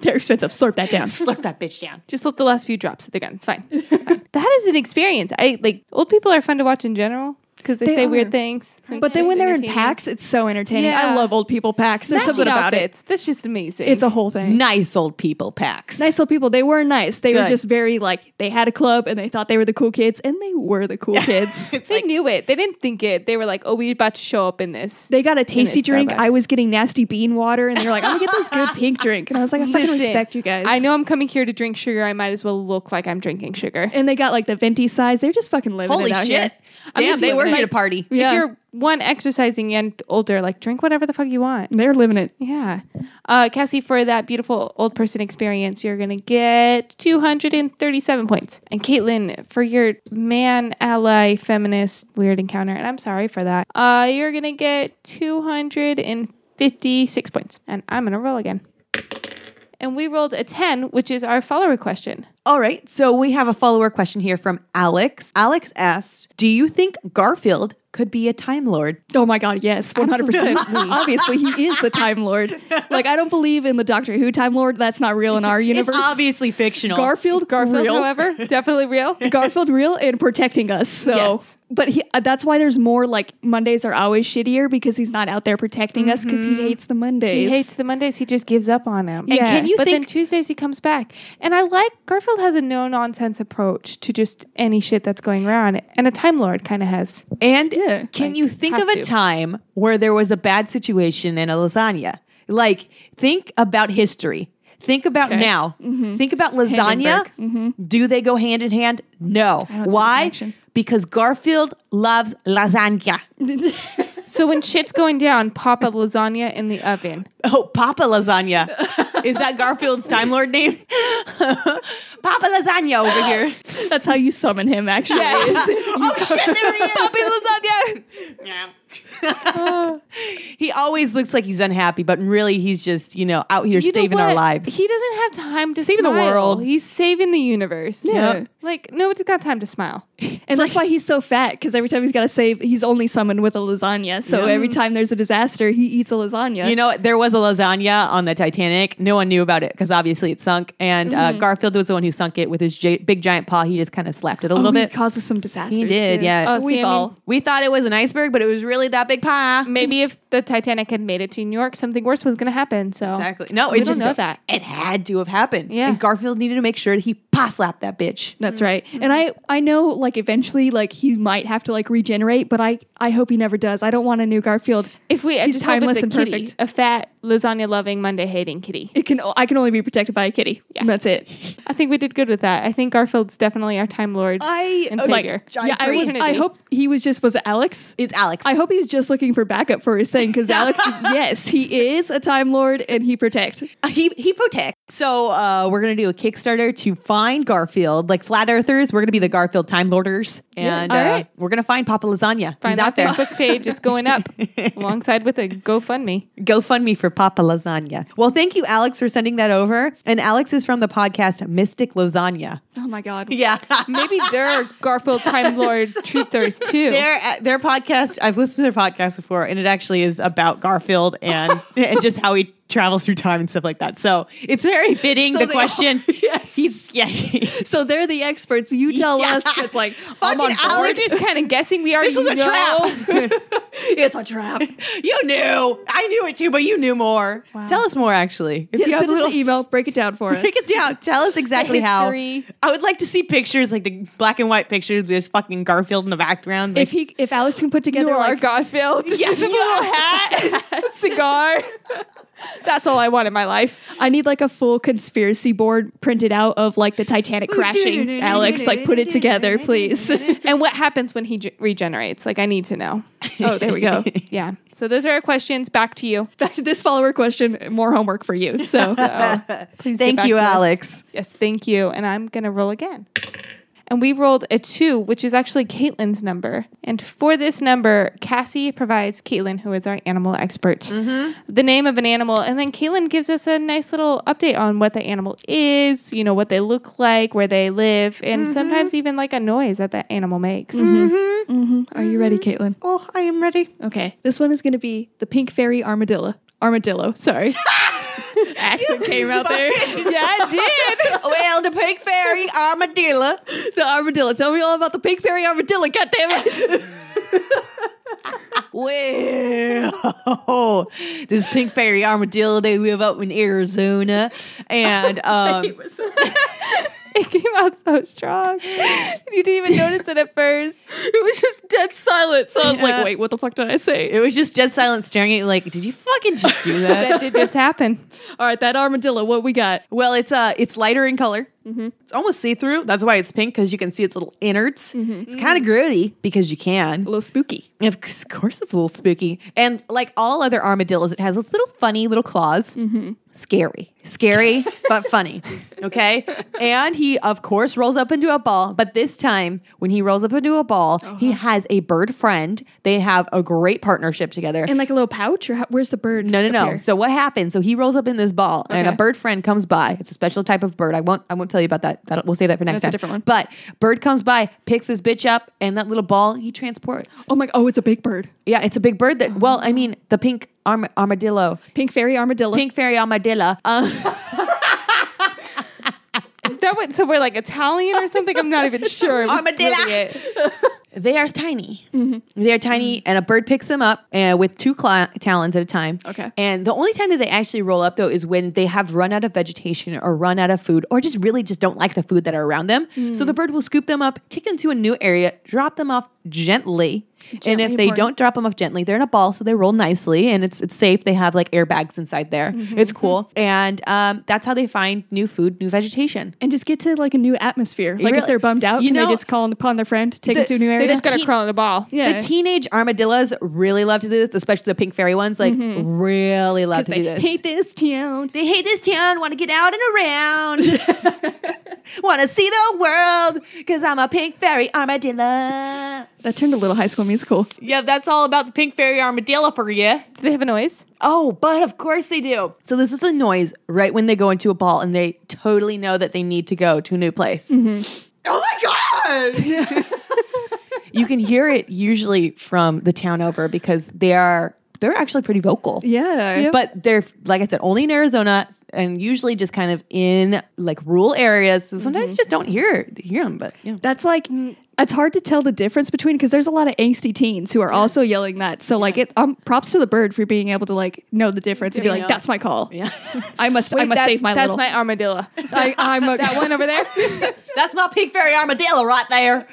S3: they're expensive slurp that down
S2: slurp that bitch down.
S1: Just let the last few drops of the gun. It's fine. It's fine. that is an experience. I like old people are fun to watch in general. because they,
S3: They
S1: say
S3: are.
S1: weird things.
S3: But then when they're in packs, it's so entertaining.
S1: Yeah.
S3: I love old people packs. There's
S1: there's
S3: something about it.
S1: outfits. That's just amazing.
S3: It's a whole thing.
S2: Nice old people packs.
S3: Nice little people. They were nice. They were
S2: Good.
S3: just very like they had a club and they thought they were the cool kids and they were the cool kids.
S1: they knew it. They didn't think it. They were like, "Oh, we're about to show up in this."
S3: They got a tasty drink.
S1: Starbucks.
S3: I was getting nasty bean water, and they were like, "I'm gonna get this good pink drink." And I was like, "I fucking
S1: Listen,
S3: respect you guys."
S1: I know I'm coming here to drink sugar. I might as well look like I'm drinking sugar.
S3: And they got like the venti size. They're just fucking living
S2: Holy
S3: it out
S2: shit.
S3: here. I'm
S2: Damn,
S3: just
S2: they
S3: living
S2: were
S3: it.
S2: here to party.
S3: Yeah.
S1: If you're one exercising and older, like drink whatever the fuck you want.
S3: They're living it.
S1: Yeah. Uh, Cassie, for that beautiful old person experience, you're going to get 237 points. And Caitlin, for your man ally feminist weird encounter, and I'm sorry for that, uh, you're going to get 256 points. And I'm going to roll again. And we rolled a 10, which is our follower question.
S2: All right. So we have a follower question here from Alex. Alex asked, Do you think Garfield could be a Time Lord?
S3: Oh my god, yes, one hundred percent.
S1: Absolutely.
S3: Obviously, he is the Time Lord. Like, I don't believe in the Doctor Who Time Lord. That's not real in our universe.
S2: fictional.
S3: Garfield,
S1: Garfield,
S3: real.
S1: however, definitely real.
S3: Garfield real and protecting us. So,
S1: Yes.
S3: but he, uh, that's why there's more like Mondays are always shittier because he's not out there protecting us because
S2: Mm-hmm.
S3: he hates the Mondays.
S1: He hates the Mondays. He just gives up on them.
S3: And can
S2: you
S1: but then
S2: think-
S1: Tuesdays he comes back. And I like Garfield has a no nonsense approach to just any shit that's going around. And a Time Lord kind of has.
S2: And
S3: Yeah.
S2: can
S1: Like,
S2: you think
S1: has
S2: of a
S1: to.
S2: time where there was a bad situation in a lasagna? Like, think about history. Think about now.
S3: Mm-hmm.
S2: Think about lasagna. Do they go hand in hand? No.
S3: don't see the
S2: Why?
S3: connection.
S2: Because Garfield loves lasagna.
S1: So when shit's going down, pop a lasagna in the oven.
S2: Oh, Papa Lasagna. Is that Garfield's Time Lord name? Papa Lasagna over here.
S3: That's how you summon him. Actually, is you-
S2: oh shit, there he is.
S1: Papa lasagna.
S2: He always looks like he's unhappy, but really he's just, you know, out here
S1: You know
S2: saving our
S1: what?
S2: lives.
S1: He doesn't have time to
S2: Saving the
S1: smile.
S2: world.
S1: He's saving the universe.
S3: Yeah.
S1: Like nobody's got time to smile.
S3: and that's why he's so fat because every time he's got to save, he's only summoned with a lasagna. So every time there's a disaster, he eats a lasagna.
S2: you know, what? there was a lasagna on the Titanic. No one knew about it because obviously it sunk. And
S1: Mm-hmm.
S2: uh, Garfield was the one who sunk it with his j- big giant paw. He just kind of slapped it a little
S3: Oh,
S2: bit.
S3: He causes some disasters.
S2: He did,
S3: too.
S2: yeah.
S1: Oh,
S2: we,
S1: Sammy.
S2: all- we thought it was an iceberg, but it was really that big paw.
S1: Maybe if the Titanic had made it to New York, something worse was going to happen. So
S2: Exactly. No,
S1: We
S2: it
S1: don't
S2: just
S1: know that.
S2: It had to have happened.
S1: Yeah.
S2: And Garfield needed to make sure that he paw slapped that bitch.
S3: That's right.
S2: Mm-hmm.
S3: And I I know like eventually like he might have to like regenerate, but I I hope he never does. I don't want a new Garfield.
S1: If we, I
S3: He's
S1: just hope it's
S3: timeless
S1: a
S3: and
S1: kitty,
S3: perfect.
S1: A fat lasagna loving Monday hating kitty.
S3: It can I can only be protected by a kitty. Yeah. And that's it.
S1: I think we did good with that. I think Garfield's definitely our time lord
S2: I-
S1: and
S2: okay.
S1: savior.
S2: I
S3: yeah, I
S2: agree.
S3: was I hope he was just was it Alex?
S2: It's Alex.
S3: I hope he was just looking for backup for his thing because Alex, yes, he is a Time Lord and he protect.
S2: he he protects. So uh, we're gonna do a Kickstarter to find Garfield, like flat earthers. We're gonna be the Garfield Time Lorders, and
S1: All
S2: uh,
S1: right.
S2: we're gonna find Papa Lasagna.
S1: Find
S2: He's
S1: out
S2: out there.
S1: their book page. It's going up alongside with a GoFundMe.
S2: GoFundMe for Papa Lasagna. Well, thank you, Alex, for sending that over. And Alex is from the podcast Mystic Lasagna.
S3: Oh my God.
S2: Yeah,
S1: Maybe they're Garfield time lord truthers too.
S2: their uh, their podcast. I've listened to their podcast before, and it actually is about Garfield and and just how he travels through time and stuff like that. So it's very fitting.
S3: So
S2: the
S3: they
S2: question.
S3: are- yes.
S2: he's yeah.
S3: So they're the experts. You tell us because, like, I'm on
S2: Fucking Alex.
S1: We're
S3: board.
S1: just kind of guessing. We already
S2: This was a
S1: know.
S2: trap.
S3: It's a trap.
S2: you knew. I knew it too, but you knew more. Tell us more, actually. If
S3: Yeah,
S2: you have
S3: send
S2: a
S3: us
S2: little,
S3: an email. Break it down for us.
S2: break it down. Tell us exactly how.
S1: history.
S2: I would like to see pictures, like the black and white pictures with this fucking Garfield in the background. Like,
S3: If he, if Alex can put together,
S1: You are
S3: like,
S1: Garfield. Just a little hat, cigar. That's all I want in my life.
S3: I need like a full conspiracy board printed out of like the Titanic crashing. Alex, like, put it together, please.
S1: And what happens when he ge- regenerates? Like I need to know.
S3: oh, there we go.
S1: Yeah. So those are our questions. Back to you.
S3: this follower question, more homework for you. So,
S1: Please get
S2: thank
S1: back
S2: you,
S1: to us.
S2: Alex.
S1: Yes, thank you. And I'm going to roll again. And we rolled a two, which is actually Caitlin's number. And for this number, Cassie provides Caitlin, who is our animal expert, the name of an animal. And then Caitlin gives us a nice little update on what the animal is, you know, what they look like, where they live, and sometimes even like a noise that that animal makes.
S3: are you ready, Caitlin?
S2: Oh, I am ready.
S3: Okay, this one is going to be the pink fairy armadillo. Armadillo, sorry. Accent came out there.
S1: Yeah, I did.
S2: well, the pink fairy armadillo.
S3: The armadillo. Tell me all about the pink fairy armadillo. God damn it.
S2: Well, this pink fairy armadillo, they live up in Arizona. And um,
S1: It came out so strong. You didn't even notice it at first.
S3: it was just dead silence. So I was
S2: Yeah.
S3: like, wait, what the fuck did I say?
S2: it was just dead silent staring at you like, did you fucking just do
S1: That
S2: that?
S1: did just happen.
S3: All right, that armadillo, what we got?
S2: well, it's uh, it's lighter in color. It's almost see through. That's why it's pink because you can see its little innards. It's kind of grody because you can.
S3: A little spooky.
S2: Of c- of course, it's a little spooky. And like all other armadillos, it has those little funny little claws. Scary. Scary, but funny. Okay. And he, of course, rolls up into a ball. But this time, when he rolls up into a ball, he has a bird friend. They have a great partnership together.
S3: And like a little pouch, or how, where's the bird?
S2: no, no,
S3: up
S2: no.
S3: here?
S2: So what happens? So he rolls up in this ball, and a
S3: Okay.
S2: bird friend comes by. It's a special type of bird. I won't. I won't tell you about that. that we'll say that for next
S3: That's a
S2: time.
S3: different one.
S2: But bird comes by, picks his bitch up, and that little ball he transports.
S3: Oh my, oh, it's a big bird.
S2: Yeah, it's a big bird that, well, I mean, the pink arm- armadillo,
S3: Pink fairy armadillo.
S2: pink fairy armadillo. Uh,
S1: That went somewhere like Italian or something. I'm not even sure. It was
S2: Armadillo.
S1: really it.
S2: they are tiny.
S3: Mm-hmm.
S2: They are tiny, and a bird picks them up uh, with two cla talons at a time.
S3: Okay.
S2: And the only time that they actually roll up, though, is when they have run out of vegetation or run out of food or just really just don't like the food that are around them. So
S3: Mm.
S2: the bird will scoop them up, take them to a new area, drop them off gently. and
S3: Gently
S2: if they
S3: important.
S2: don't drop them off gently, they're in a ball, so they roll nicely and it's it's safe. They have like airbags inside there.
S3: Mm-hmm.
S2: It's cool. And um, that's how they find new food, new vegetation.
S3: and just get to like a new atmosphere. Like
S2: really-
S3: if they're bummed out,
S2: you
S3: can
S2: know-
S3: they just call upon their friend, take
S2: The-
S3: them to a new area?
S1: They just gotta
S2: teen-
S1: crawl in a ball.
S3: yeah,
S2: The teenage armadillos really love to do this, especially the pink fairy ones. Like, really love to do
S3: they
S2: this.
S3: hate this town.
S2: they hate this town, want to get out and around, want to see the world, because I'm a pink fairy armadillo.
S3: That turned a little High School Musical.
S2: Yeah, that's all about the pink fairy armadillo for you.
S1: Do they have a noise?
S2: Oh, but of course they do. So this is a noise right when they go into a ball and they totally know that they need to go to a new place.
S1: Mm-hmm.
S2: Oh my god! you can hear it usually from the town over because they are they're actually pretty vocal.
S3: Yeah,
S2: But they're like I said, only in Arizona and usually just kind of in like rural areas. So
S1: Mm-hmm.
S2: sometimes you just don't hear hear them. But yeah,
S3: that's like
S1: Mm.
S3: it's hard to tell the difference between because there's a lot of angsty teens who are also yelling that. So like it, um, props to the bird for being able to like know the difference and be like,
S2: know.
S3: that's my call.
S2: yeah.
S3: I must, I
S1: Wait,
S3: must
S1: that-
S3: save my
S1: That's
S3: little.
S1: my armadillo.
S3: I, I'm a,
S1: That one over there.
S2: That's my pink fairy armadillo right there.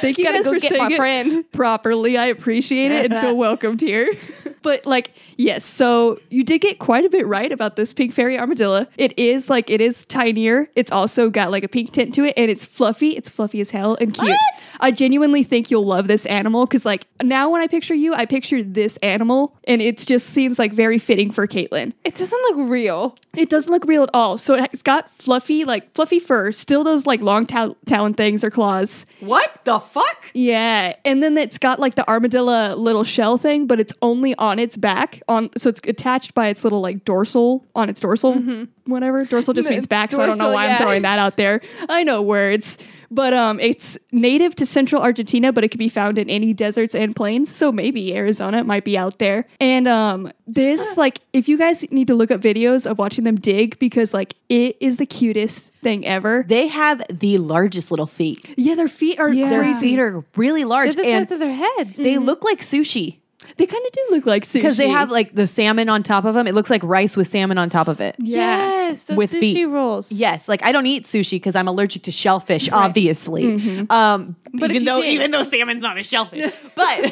S3: Thank you
S1: Gotta
S3: guys
S1: go
S3: for
S1: get my
S3: saying it
S1: friend.
S3: properly. I appreciate it and feel welcomed here. But like, yes, so you did get quite a bit right about this pink fairy armadillo. It is like it is tinier. It's also got like a pink tint to it, and it's fluffy. It's fluffy as hell and cute. I genuinely think you'll love this animal because like now when I picture you, I picture this animal, and it just seems like very fitting for Caitlin.
S1: it doesn't look real.
S3: It doesn't look real at all. So it's got fluffy, like fluffy fur, still those like long tal- talon things or claws.
S2: What the fuck?
S3: Yeah, and then it's got like the armadillo little shell thing, but it's only on its back. On so it's attached by its little like dorsal on its dorsal, whatever. Dorsal just
S1: No,
S3: means back, so I don't know
S1: dorsal,
S3: why
S1: yeah.
S3: I'm throwing that out there. I know words, but um, it's native to central Argentina, but it could be found in any deserts and plains. So maybe Arizona it might be out there. And um, this like if you guys need to look up videos of watching them dig because like it is the cutest thing ever.
S2: They have the largest little feet.
S3: Yeah, their feet are
S1: Yeah.
S2: Their
S3: crazy.
S2: feet are really large,
S1: They're the
S2: and
S1: size of their heads.
S2: they look like sushi
S3: They kind of do look like sushi
S2: because they have like the salmon on top of them. It looks like rice with salmon on top of it.
S3: Yeah.
S1: Yes, those
S2: With
S1: sushi
S2: feet.
S1: rolls.
S2: Yes, like I don't eat sushi because I'm allergic to shellfish, obviously. Um,
S1: Mm-hmm. But if
S2: even
S1: you
S2: though
S1: did-
S2: even though salmon's not a shellfish, but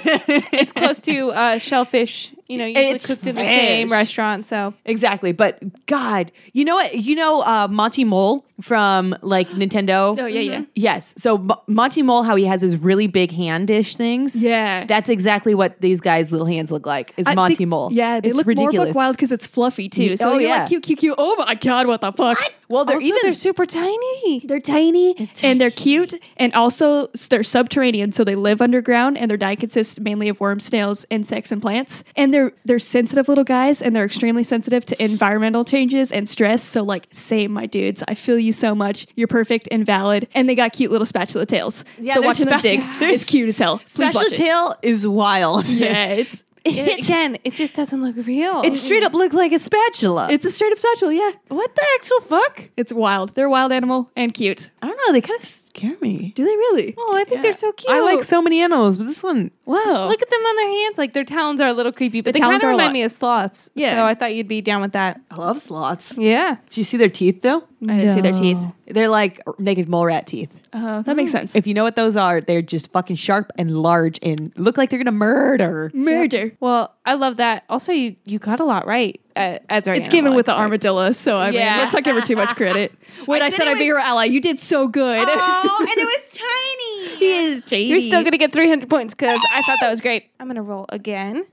S1: It's close to uh, shellfish, you know, usually
S2: It's
S1: cooked in the
S2: fresh.
S1: same restaurant. So
S2: exactly. But God, you know what? You know uh, Monty Mole from like Nintendo.
S3: Oh yeah, yeah,
S2: Yes. So Mo- Monty Mole, how he has his really big hand-ish things.
S3: yeah.
S2: That's exactly what these guys' little hands look like. Is
S3: I
S2: Monty
S3: think-
S2: Mole?
S3: Yeah, they
S2: it's
S3: look
S2: ridiculous.
S3: more buck wild because it's fluffy too.
S2: oh,
S3: So you're
S2: yeah.
S3: like cute, cute, cute. Oh my god, what the fuck?
S2: Well, they're
S1: Also,
S2: even
S1: they're super tiny.
S3: They're tiny, and they're cute, and also s- they're subterranean, so they live underground, and their diet consists mainly of worms, snails, insects, and plants. And they're they're sensitive little guys, and they're extremely sensitive to environmental changes and stress. So like, same, my dudes, I feel you so much. You're perfect and valid, and they got cute little spatula tails.
S2: Yeah,
S3: so
S2: they're
S3: watching
S2: spa-
S3: them dig,
S2: they're
S3: it's cute as hell. Please
S2: Special
S3: watch it.
S2: Tail is wild.
S3: Yeah, it's
S1: It- again, it just doesn't look real.
S2: it straight up looks like a spatula.
S3: it's a straight up spatula. Yeah.
S2: what the actual fuck?
S3: It's wild. They're a wild animal and cute.
S2: I don't know. They kind of scare me.
S3: Do they really?
S1: Oh, I think
S2: Yeah.
S1: they're so cute.
S2: I like so many animals, but this one,
S3: Wow.
S1: Look at them on their hands. Like their talons are a little creepy, but they
S3: The
S1: kind
S3: talons
S1: of
S3: are a
S1: remind
S3: lot.
S1: me of sloths.
S3: Yeah.
S1: So I thought you'd be down with that.
S2: I love sloths.
S1: Yeah.
S2: Do you see their teeth though?
S3: I didn't see their teeth.
S2: They're like naked mole rat teeth.
S1: Uh-huh.
S3: Oh, that makes sense.
S2: If you know what those are, they're just fucking sharp and large and look like they're gonna murder.
S3: Murder.
S1: Well, I love that. Also, you, you got a lot right uh, as our
S3: It's given with the
S1: armor.
S3: armadillo, so I
S1: Yeah.
S3: mean, let's not give her too much credit. Wait, I,
S2: said
S3: said
S2: it
S3: I'd be
S2: was-
S3: your ally. You did so good.
S2: Oh, and it was tiny.
S3: he Oh, is tiny.
S1: You're still gonna get 300 points because I thought that was great. I'm gonna roll again.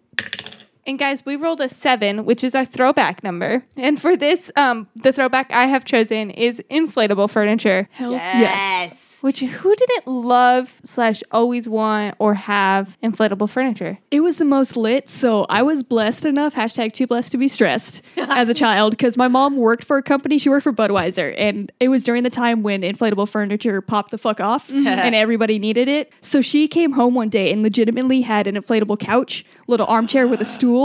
S1: And guys, we rolled a seven, which is our throwback number. And for this, um, the throwback I have chosen is inflatable furniture,
S3: Hell
S2: Yes.
S1: which who didn't love slash always want or have inflatable furniture?
S3: It was the most lit, so I was blessed enough, hashtag too blessed to be stressed, as a child, because my mom worked for a company. She worked for Budweiser, and it was during the time when inflatable furniture popped the fuck off and everybody needed it. So she came home one day and legitimately had an inflatable couch, little armchair with a stool,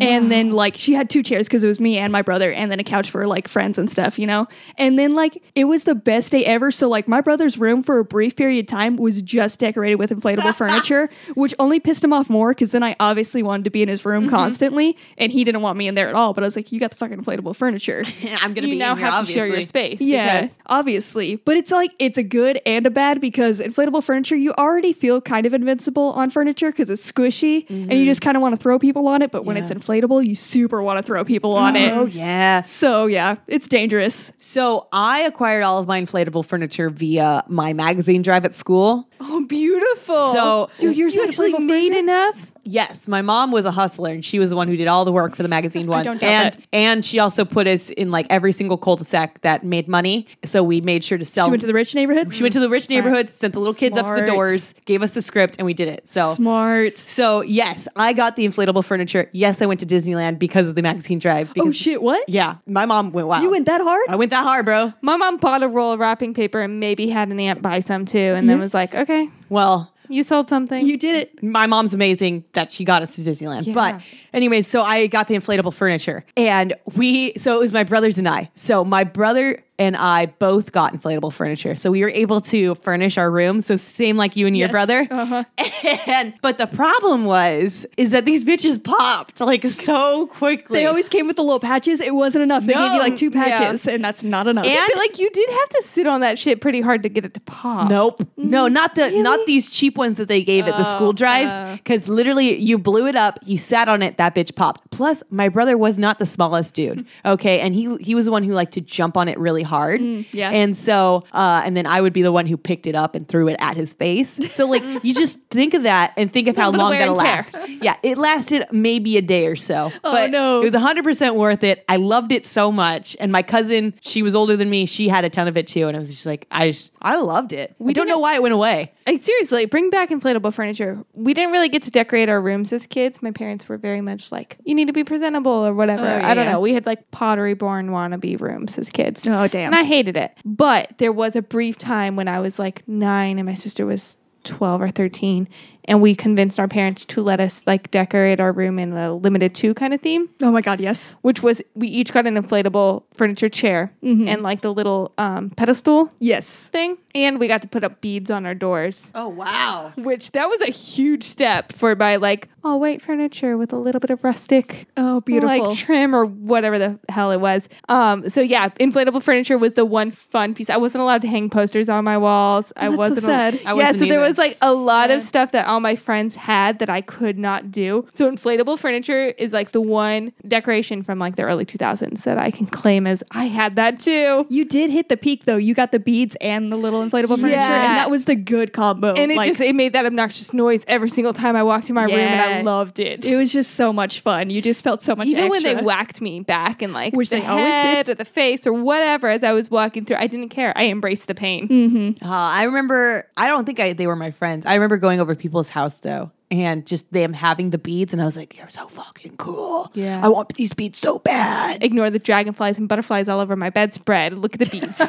S3: and then like she had two chairs because it was me and my brother, and then a couch for like friends and stuff, you know? And then like it was the best day ever. So like my brother's room for a brief period of time was just decorated with inflatable furniture, which only pissed him off more because then I obviously wanted to be in his room constantly and he didn't want me in there at all. But I was like, you got the fucking inflatable furniture.
S2: I'm gonna
S1: You
S2: be
S1: now
S2: in here,
S1: have to share your
S2: obviously.
S1: space.
S3: yeah,
S1: because-
S3: obviously. But it's like, it's a good and a bad because inflatable furniture, you already feel kind of invincible on furniture because it's squishy and you just kind of want to throw people on it. But when it's inflatable, you super want to throw people on it.
S2: Oh yeah.
S3: So yeah, it's dangerous.
S2: So I acquired all of my inflatable furniture via my magazine drive at school.
S1: oh, beautiful.
S3: Oh.
S2: So- Dude,
S3: yours
S1: you
S3: had
S1: actually
S3: inflatable
S1: made
S3: furniture?
S1: enough.
S2: Yes, my mom was a hustler and she was the one who did all the work for the magazine one.
S3: don't doubt
S2: and
S3: that.
S2: and she also put us in like every single cul-de-sac that made money. So we made sure to sell
S3: She went to the rich neighborhoods.
S2: She went to the rich neighborhoods, sent the little kids up to the
S3: Smart.
S2: doors, gave us the script, and we did it. So
S3: smart.
S2: So yes, I got the inflatable furniture. Yes, I went to Disneyland because of the magazine drive. Because,
S3: Oh shit! What?
S2: Yeah, my mom went wild.
S3: You went that hard?
S2: I went that hard, bro.
S1: My mom bought a roll of wrapping paper and maybe had an aunt buy some too, and then was like, "Okay,
S2: Well,
S1: you sold something."
S3: you did it.
S2: my mom's amazing that she got us to Disneyland.
S1: Yeah.
S2: But anyway, so I got the inflatable furniture and we so it was my brothers and I. So my brother and I both got inflatable furniture. So we were able to furnish our room. So same like you and your
S3: Yes.
S2: brother.
S3: Uh-huh.
S2: And but the problem was is that these bitches popped like so quickly.
S3: They always came with the little patches. It wasn't enough. They gave
S2: No.
S3: you like two
S1: Yeah.
S3: patches, and that's not enough.
S2: And-
S1: I feel like you did have to sit on that shit pretty hard to get it to pop.
S2: Nope.
S1: Mm-hmm.
S2: No, not the not these cheap ones that they gave at the
S1: Oh,
S2: school
S1: uh.
S2: drives. Because literally, you blew it up, you sat on it, that bitch popped. Plus, my brother was not the smallest dude. Okay, and he he was the one who liked to jump on it really hard.
S1: Mm,
S3: yeah.
S2: And so, uh, and then I would be the one who picked it up and threw it at his face. So like, you just think of that and think of how
S1: bit of
S2: long
S1: wear
S2: that'll
S1: and tear.
S2: last. Yeah, it lasted maybe a day or so.
S3: Oh,
S2: but
S3: no.
S2: it was 100% worth it. I loved it so much. And my cousin, she was older than me. She had a ton of it too. And I was just like, I just, I loved it. We don't know
S1: didn't-
S2: why it went away.
S1: Like, seriously, bring back inflatable furniture. We didn't really get to decorate our rooms as kids. My parents were very much like, you need to be presentable or whatever.
S3: Oh,
S1: I don't
S3: yeah.
S1: know. We had like pottery born wannabe rooms as kids.
S3: Oh, damn.
S1: And I hated it. But there was a brief time when I was like nine and my sister was 12 or 13. And we convinced our parents to let us like decorate our room in the limited two kind of theme.
S3: oh my god, yes.
S1: which was we each got an inflatable furniture chair
S3: Mm-hmm.
S1: and like the little um, pedestal
S3: Yes.
S1: thing, and we got to put up beads on our doors,
S2: Oh, wow.
S1: which that was a huge step for my like all white furniture with a little bit of rustic.
S3: Oh, beautiful.
S1: Like trim or whatever the hell it was. Um, so yeah, inflatable furniture was the one fun piece. I wasn't allowed to hang posters on my walls. I
S3: that's so
S1: wasn't.
S3: sad.
S2: I
S1: yeah,
S2: wasn't
S1: so there
S2: either.
S1: was like a lot of stuff that all my friends had that I could not do. So inflatable furniture is like the one decoration from like the early 2000s that I can claim as I had that too.
S3: you did hit the peak though. You got the beads and the little inflatable furniture,
S1: Yeah.
S3: and that was the good combo.
S1: And it
S3: Like,
S1: just it made that obnoxious noise every single time I walked in my room, and I
S3: Yeah.
S1: loved it.
S3: it was just so much fun. You just felt so much.
S1: even when they
S3: extra.
S1: whacked me back and like
S3: Which
S1: the
S3: they always did.
S1: head or the face or whatever as I was walking through, I didn't care. I embraced the pain.
S3: Mm.
S2: Uh, I remember, I don't think I, they were my friends. I remember going over to people's house though. And just them having the beads, and I was like, "You're so fucking cool!
S1: Yeah.
S2: I want these beads so bad."
S1: Ignore the dragonflies and butterflies all over my bedspread. Look at the beads.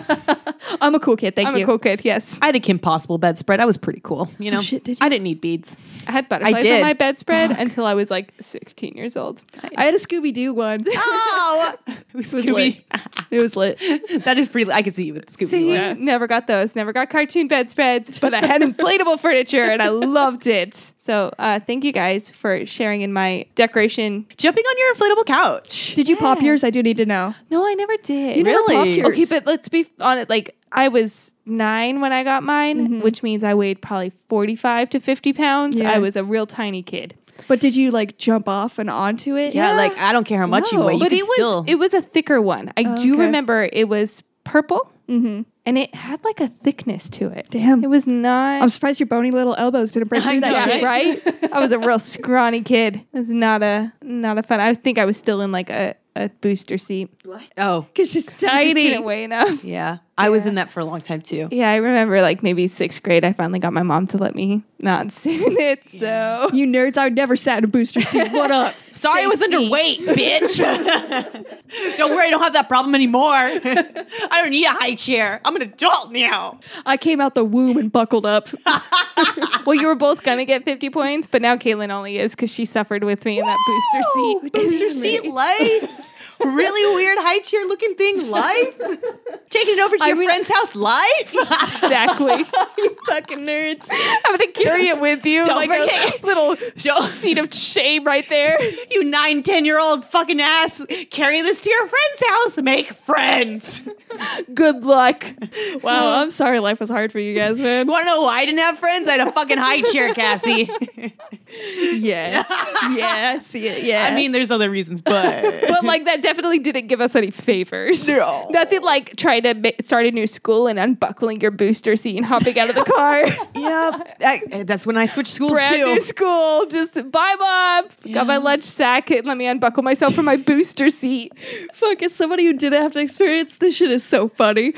S3: I'm a cool kid. Thank
S1: I'm a
S3: you.
S1: cool kid. Yes,
S2: I had a Kim Possible bedspread. I was pretty cool. You know,
S3: shit, did
S2: I didn't need beads.
S1: I had butterflies
S2: did.
S1: on my bedspread until I was like 16 years old.
S3: I had a Scooby Doo one.
S2: Oh,
S3: It was lit. It was lit.
S2: that is pretty. I could see you with the Scooby.
S1: See,
S2: one.
S1: never got those. Never got cartoon bedspreads, but I had inflatable furniture and I loved it. So uh, thank you guys for sharing in my decoration.
S2: Jumping on your inflatable couch.
S3: Did you pop yours? I do need to know.
S1: No, I never did.
S3: You never
S2: Really?
S3: popped yours.
S1: Okay, but let's be on it. Like I was nine when I got mine, which means I weighed probably forty-five to fifty pounds.
S3: Yeah.
S1: I was a real tiny kid.
S3: But did you like jump off and onto it?
S2: yeah, like I don't care how much you
S3: No.
S2: weigh, you
S1: but
S2: can
S1: it was
S2: still.
S1: it was a thicker one. I
S3: Oh,
S1: do
S3: okay.
S1: remember it was purple
S3: Mm-hmm.
S1: and it had like a thickness to it.
S3: Damn.
S1: It was not
S3: I'm surprised your bony little elbows didn't break
S2: I
S3: through that
S2: know,
S1: Yeah,
S3: shit.
S1: right? I was a real scrawny kid. It was not a not a fun. I think I was still in like a, a booster seat.
S2: oh,
S3: Because she's
S1: I just
S3: tiny.
S1: didn't weigh enough.
S2: yeah. I was in that for a long time too.
S1: Yeah, I remember like maybe sixth grade. I finally got my mom to let me not sit in it. So
S3: You nerds, I never sat in a booster seat. What up?
S2: Sorry, I was underweight, bitch. don't worry, I don't have that problem anymore. I don't need a high chair. I'm an adult now.
S3: I came out the womb and buckled up.
S1: well, you were both gonna get fifty points, but now Caitlin only is because she suffered with me in that booster seat.
S2: Booster seat life. Really weird high chair looking thing life. Taking it over to
S3: I
S2: your
S3: mean-
S2: friend's house life.
S1: Exactly.
S3: Fucking nerds.
S1: I'm gonna carry it with you
S2: Don't
S1: like
S2: forget.
S1: a little
S2: Joe,
S1: seat of shame right there.
S2: you nine, ten year old fucking ass, carry this to your friend's house. Make friends.
S1: Good luck.
S3: Wow, I'm sorry life was hard for you guys, man.
S2: Want to know why I didn't have friends? I had a fucking high chair, Cassie.
S3: Yeah. Yeah, I see it. Yeah.
S2: I mean, there's other reasons, but
S1: But like that definitely didn't give us any favors.
S2: No.
S1: Nothing like trying to ma- start a new school and unbuckling your booster seat and hopping out of the car.
S2: yeah, I- that's when I switched schools
S1: Brand
S2: too.
S1: new school. Just bye, mom. Got my lunch sack and let me unbuckle myself from my booster seat.
S3: fuck, as somebody who didn't have to experience this shit is so funny.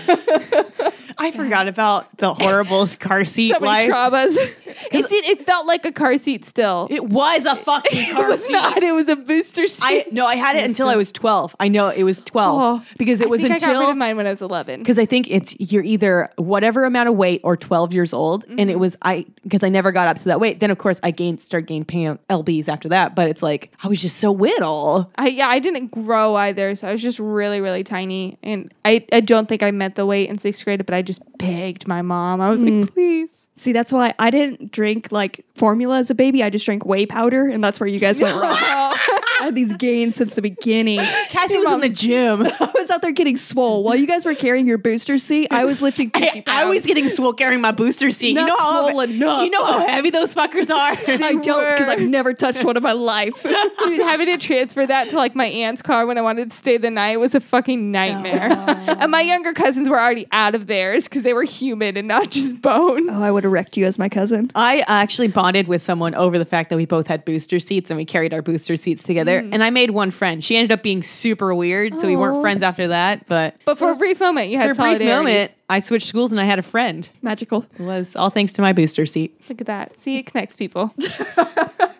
S2: I forgot about the horrible car seat
S1: So many
S2: life.
S1: traumas. It did. It felt like a car seat still.
S2: it was a fucking
S1: It
S2: car
S1: was
S2: seat.
S1: not. It was a booster seat.
S2: I no, I had it until I was 12. I know it was 12
S1: Oh,
S2: because it was
S1: I think I got rid of
S2: until
S1: mine when I was eleven.
S2: because I think it's you're either whatever amount of weight or 12 years old, and it was I because I never got up to that weight. Then of course I gained started gaining pan, lbs after that, but it's like I was just so little.
S1: I yeah, I didn't grow either, so I was just really, really tiny. And I, I don't think I met the weight in sixth grade, but I just begged my mom. I was
S2: Mm.
S1: like, please.
S3: See, that's why I didn't drink like formula as a baby. I just drank whey powder, and that's where you guys went wrong. I had these gains since the beginning. I
S2: Cassie was in the gym.
S3: was out there getting swole while you guys were carrying your booster seat. I was lifting fifty
S2: I,
S3: pounds.
S2: was getting swole carrying my booster seat.
S3: Not
S2: you know how
S3: swole enough.
S2: you know how heavy those fuckers are.
S3: I don't because
S1: were.
S3: I've never touched one in my life.
S1: Dude, having to transfer that to like my aunt's car when I wanted to stay the night was a fucking nightmare.
S2: Oh,
S1: and my younger cousins were already out of theirs because they were human and not just bone.
S3: Oh, I would have wrecked you as my cousin.
S2: I actually bonded with someone over the fact that we both had booster seats and we carried our booster seats together. And I made one friend. She ended up being super weird, so we weren't
S3: Aw.
S2: friends after that. But
S1: But for a brief moment, you
S2: for a
S1: had
S2: brief
S1: solidarity.
S2: moment, I switched schools and I had a friend.
S3: Magical.
S2: It was all thanks to my booster seat
S1: Look at that. See, it connects people.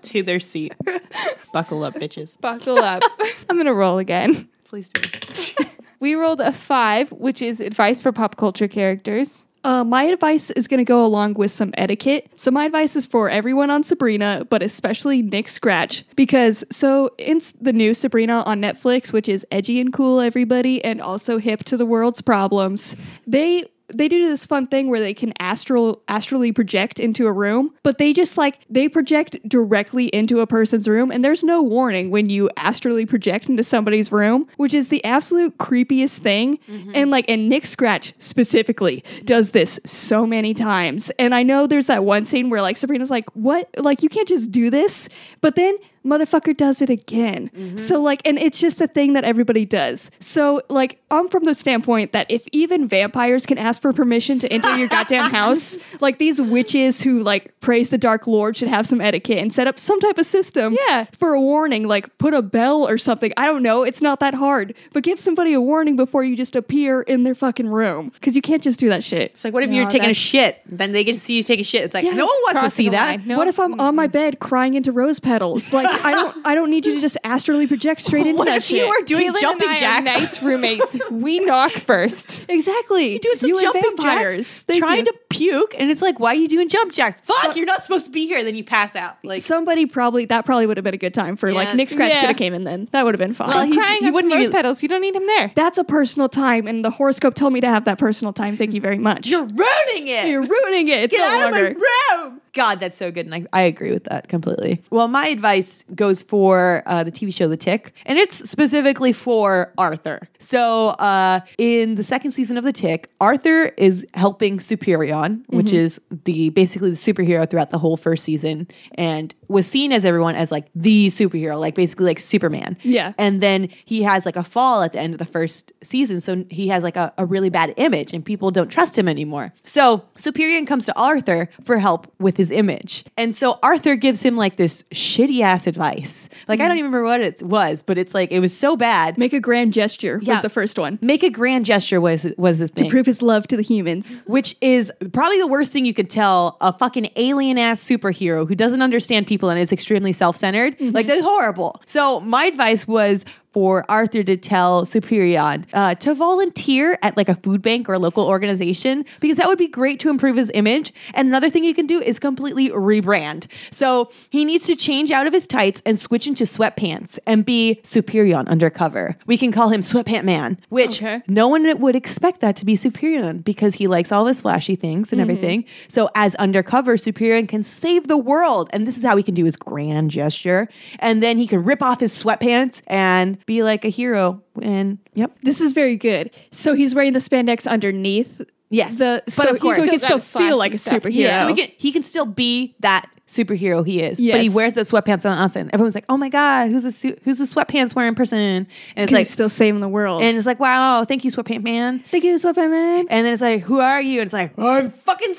S2: to their seat. Buckle up, bitches.
S1: Buckle up. I'm gonna roll again.
S2: Please do.
S1: We rolled a five, which is advice for pop culture characters.
S3: Uh, my advice is going to go along with some etiquette. So, my advice is for everyone on Sabrina, but especially Nick Scratch, because so in s- the new Sabrina on Netflix, which is edgy and cool, everybody, and also hip to the world's problems, they they do this fun thing where they can astral astrally project into a room, but they just like they project directly into a person's room and there's no warning when you astrally project into somebody's room, which is the absolute creepiest thing. And like and Nick Scratch specifically does this so many times. And I know there's that one scene where like Sabrina's like, "What? Like you can't just do this." But then motherfucker does it again. So like and it's just a thing that everybody does. So like I'm from the standpoint that if even vampires can ask for permission to enter your goddamn house, like these witches who like praise the dark lord should have some etiquette and set up some type of system
S1: Yeah.
S3: for a warning, like put a bell or something. I don't know, it's not that hard. But give somebody a warning before you just appear in their fucking room cuz you can't just do that shit.
S2: It's like, what if you're
S1: No,
S2: taking a
S1: that's-
S2: shit? Then they get to see you take a shit. It's like,
S3: Yeah,
S2: no one wants to
S1: crossing
S2: see
S1: the
S2: that.
S1: line. No.
S3: What if I'm on my bed crying into rose petals? Like I don't. I don't need you to just astrally project straight into
S2: What
S3: that
S2: if you
S3: shit.
S2: were doing
S1: Caitlin
S2: jumping
S1: and I
S2: jacks?
S1: Are nice roommates. we knock first.
S3: exactly. You
S2: doing some
S3: and
S2: jumping
S3: vampires.
S2: jacks,
S3: Thank
S2: trying
S3: you.
S2: to puke, and it's like, why are you doing jump jacks? Fuck,
S3: So-
S2: you're not supposed to be here. Then you pass out. Like,
S3: Somebody probably that probably would have been a good time for
S2: Yeah.
S3: like Nick Scratch
S1: Yeah.
S3: could have came in then. That would have been fine.
S2: Well, he-
S1: Crying
S2: you
S1: on
S2: wouldn't
S1: rose
S2: even-
S1: petals. You don't need him there.
S3: That's a personal time, and the horoscope told me to have that personal time. Thank you very much.
S2: you're ruining it.
S3: You're ruining it. It's
S2: Get
S3: no
S2: out
S3: longer.
S2: of my room. God, that's so good. And I, I agree with that completely. Well, my advice goes for uh, the TV show The Tick, and it's specifically for Arthur. So, uh, in the second season of The Tick, Arthur is helping Superion, which is the basically the superhero throughout the whole first season, and was seen as everyone as like the superhero, like basically like Superman.
S3: Yeah.
S2: And then he has like a fall at the end of the first season. So he has like a, a really bad image and people don't trust him anymore. So Superion comes to Arthur for help with his image. And so Arthur gives him like this shitty ass advice. Like, I don't even remember what it was, but it's like, it was so bad.
S3: Make a grand gesture
S2: Yeah.
S3: was the first one.
S2: Make a grand gesture was was the thing,
S3: Prove his love to the humans.
S2: which is probably the worst thing you could tell a fucking alien ass superhero who doesn't understand people and is extremely self centered. Like that's horrible. So my advice was for Arthur to tell Superion uh, to volunteer at like a food bank or a local organization because that would be great to improve his image. And another thing you can do is completely rebrand. So he needs to change out of his tights and switch into sweatpants and be Superion undercover. We can call him Sweatpant Man, which
S3: Okay.
S2: no one would expect that to be Superion because he likes all of his flashy things
S3: Mm-hmm.
S2: and everything. So as undercover, Superion can save the world. And this is how he can do his grand gesture. And then he can rip off his sweatpants and be like a hero. And yep.
S3: This is very good. So he's wearing the spandex underneath.
S2: Yes.
S3: The
S2: But
S3: so,
S2: of
S3: he-
S2: course.
S3: so he can
S1: Still
S3: still
S1: got his flashy
S3: feel like a
S1: stuff.
S3: superhero.
S1: Yeah.
S2: So he can he can still be that superhero he is. But he
S3: Yes.
S2: wears the sweatpants on outside. Everyone's like, oh my God, who's a su- who's a sweatpants wearing person? And it's
S3: 'Cause
S2: like
S3: he's still saving the world.
S2: and it's like, wow, thank you, sweatpant man.
S3: Thank you, Sweatpants Man.
S2: And then it's like, who are you? And it's like, I'm fucking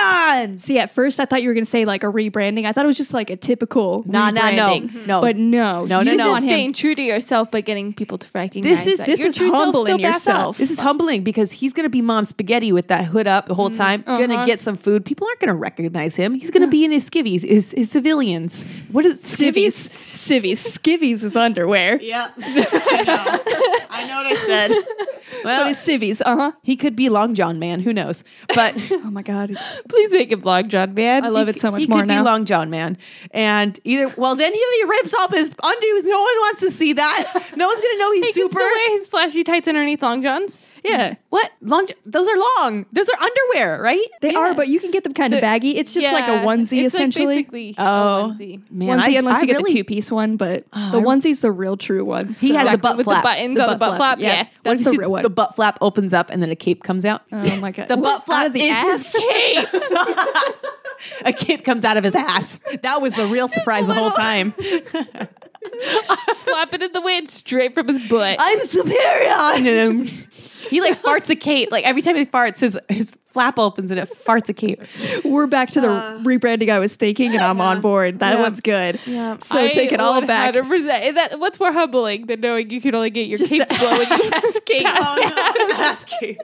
S2: Superion.
S3: See, at first I thought you were going to say like a rebranding. I thought it was just like a typical
S2: Nah, nah, no.
S3: rebranding.
S2: No.
S3: But Mm-hmm. no,
S2: No, no,
S3: you
S2: no.
S1: This is
S3: want him.
S1: staying true to yourself, but getting people to recognize
S2: This is-
S1: that.
S2: this
S1: Your
S3: is
S1: true self still
S3: humbling
S1: backs up.
S3: yourself.
S2: This is humbling because he's going to be mom spaghetti with that hood up the whole
S1: Mm,
S2: time, going to
S3: uh-huh.
S2: get some food. People aren't going to recognize him. He's going to be in his skivvies, his, his civilians. What is
S3: Civvies, civvies, skivvies is underwear.
S2: Yeah. I know. I know what I said.
S3: But
S2: Well,
S3: it's civvies, uh huh.
S2: he could be Long John Man. Who knows? But
S3: Oh my god,
S1: Please make it blog, John Man.
S3: I love
S2: he
S3: it so
S2: c-
S3: much
S2: he
S3: more
S2: could
S3: now.
S2: Be Long John Man, and either well, then he, he rips off his undies. No one wants to see that. No one's gonna know he's
S1: He can
S2: super.
S1: still wear his flashy tights underneath long johns.
S3: yeah.
S2: What long? J- Those are long. Those are underwear, right?
S3: They
S1: Yeah.
S3: are, but you can get them kind of
S1: The-
S3: baggy. It's just like
S1: Yeah,
S3: a onesie,
S1: it's like
S3: essentially. Oh.
S1: basically a onesie.
S2: Oh, man,
S3: onesie,
S2: I-
S3: unless
S2: I
S3: you get
S2: really-
S3: the two-piece one, but the onesie's the real true one.
S2: He
S3: so-
S2: has a
S1: Exactly,
S2: butt
S1: with
S2: flap.
S1: the buttons
S3: The
S1: on the
S3: butt
S1: butt flap.
S3: flap, yeah.
S1: Yeah.
S2: What
S3: That's
S2: if you
S3: the
S2: see
S3: real one.
S2: The butt flap opens up and then a cape comes out.
S3: Oh my god,
S2: The butt
S3: What?
S2: flap
S3: out of the
S2: is
S3: ass.
S2: his cape. a cape comes out of his ass. That was the real surprise the whole time.
S1: Flap it in the wind straight from his butt.
S2: I'm superior. And then he like farts a cape. Like every time he farts, his his flap opens and it farts a cape.
S3: We're back to the
S1: Uh,
S3: rebranding I was thinking, and I'm on board. That
S2: Yeah.
S3: one's good.
S1: Um,
S3: So
S1: I
S3: take it all
S1: would
S3: back.
S1: 100%. And that, what's more humbling than knowing you can only get your
S3: Just
S1: cape
S3: the-
S1: blow when you pass cape?
S2: Oh,
S3: Oh,
S2: no, ass cape.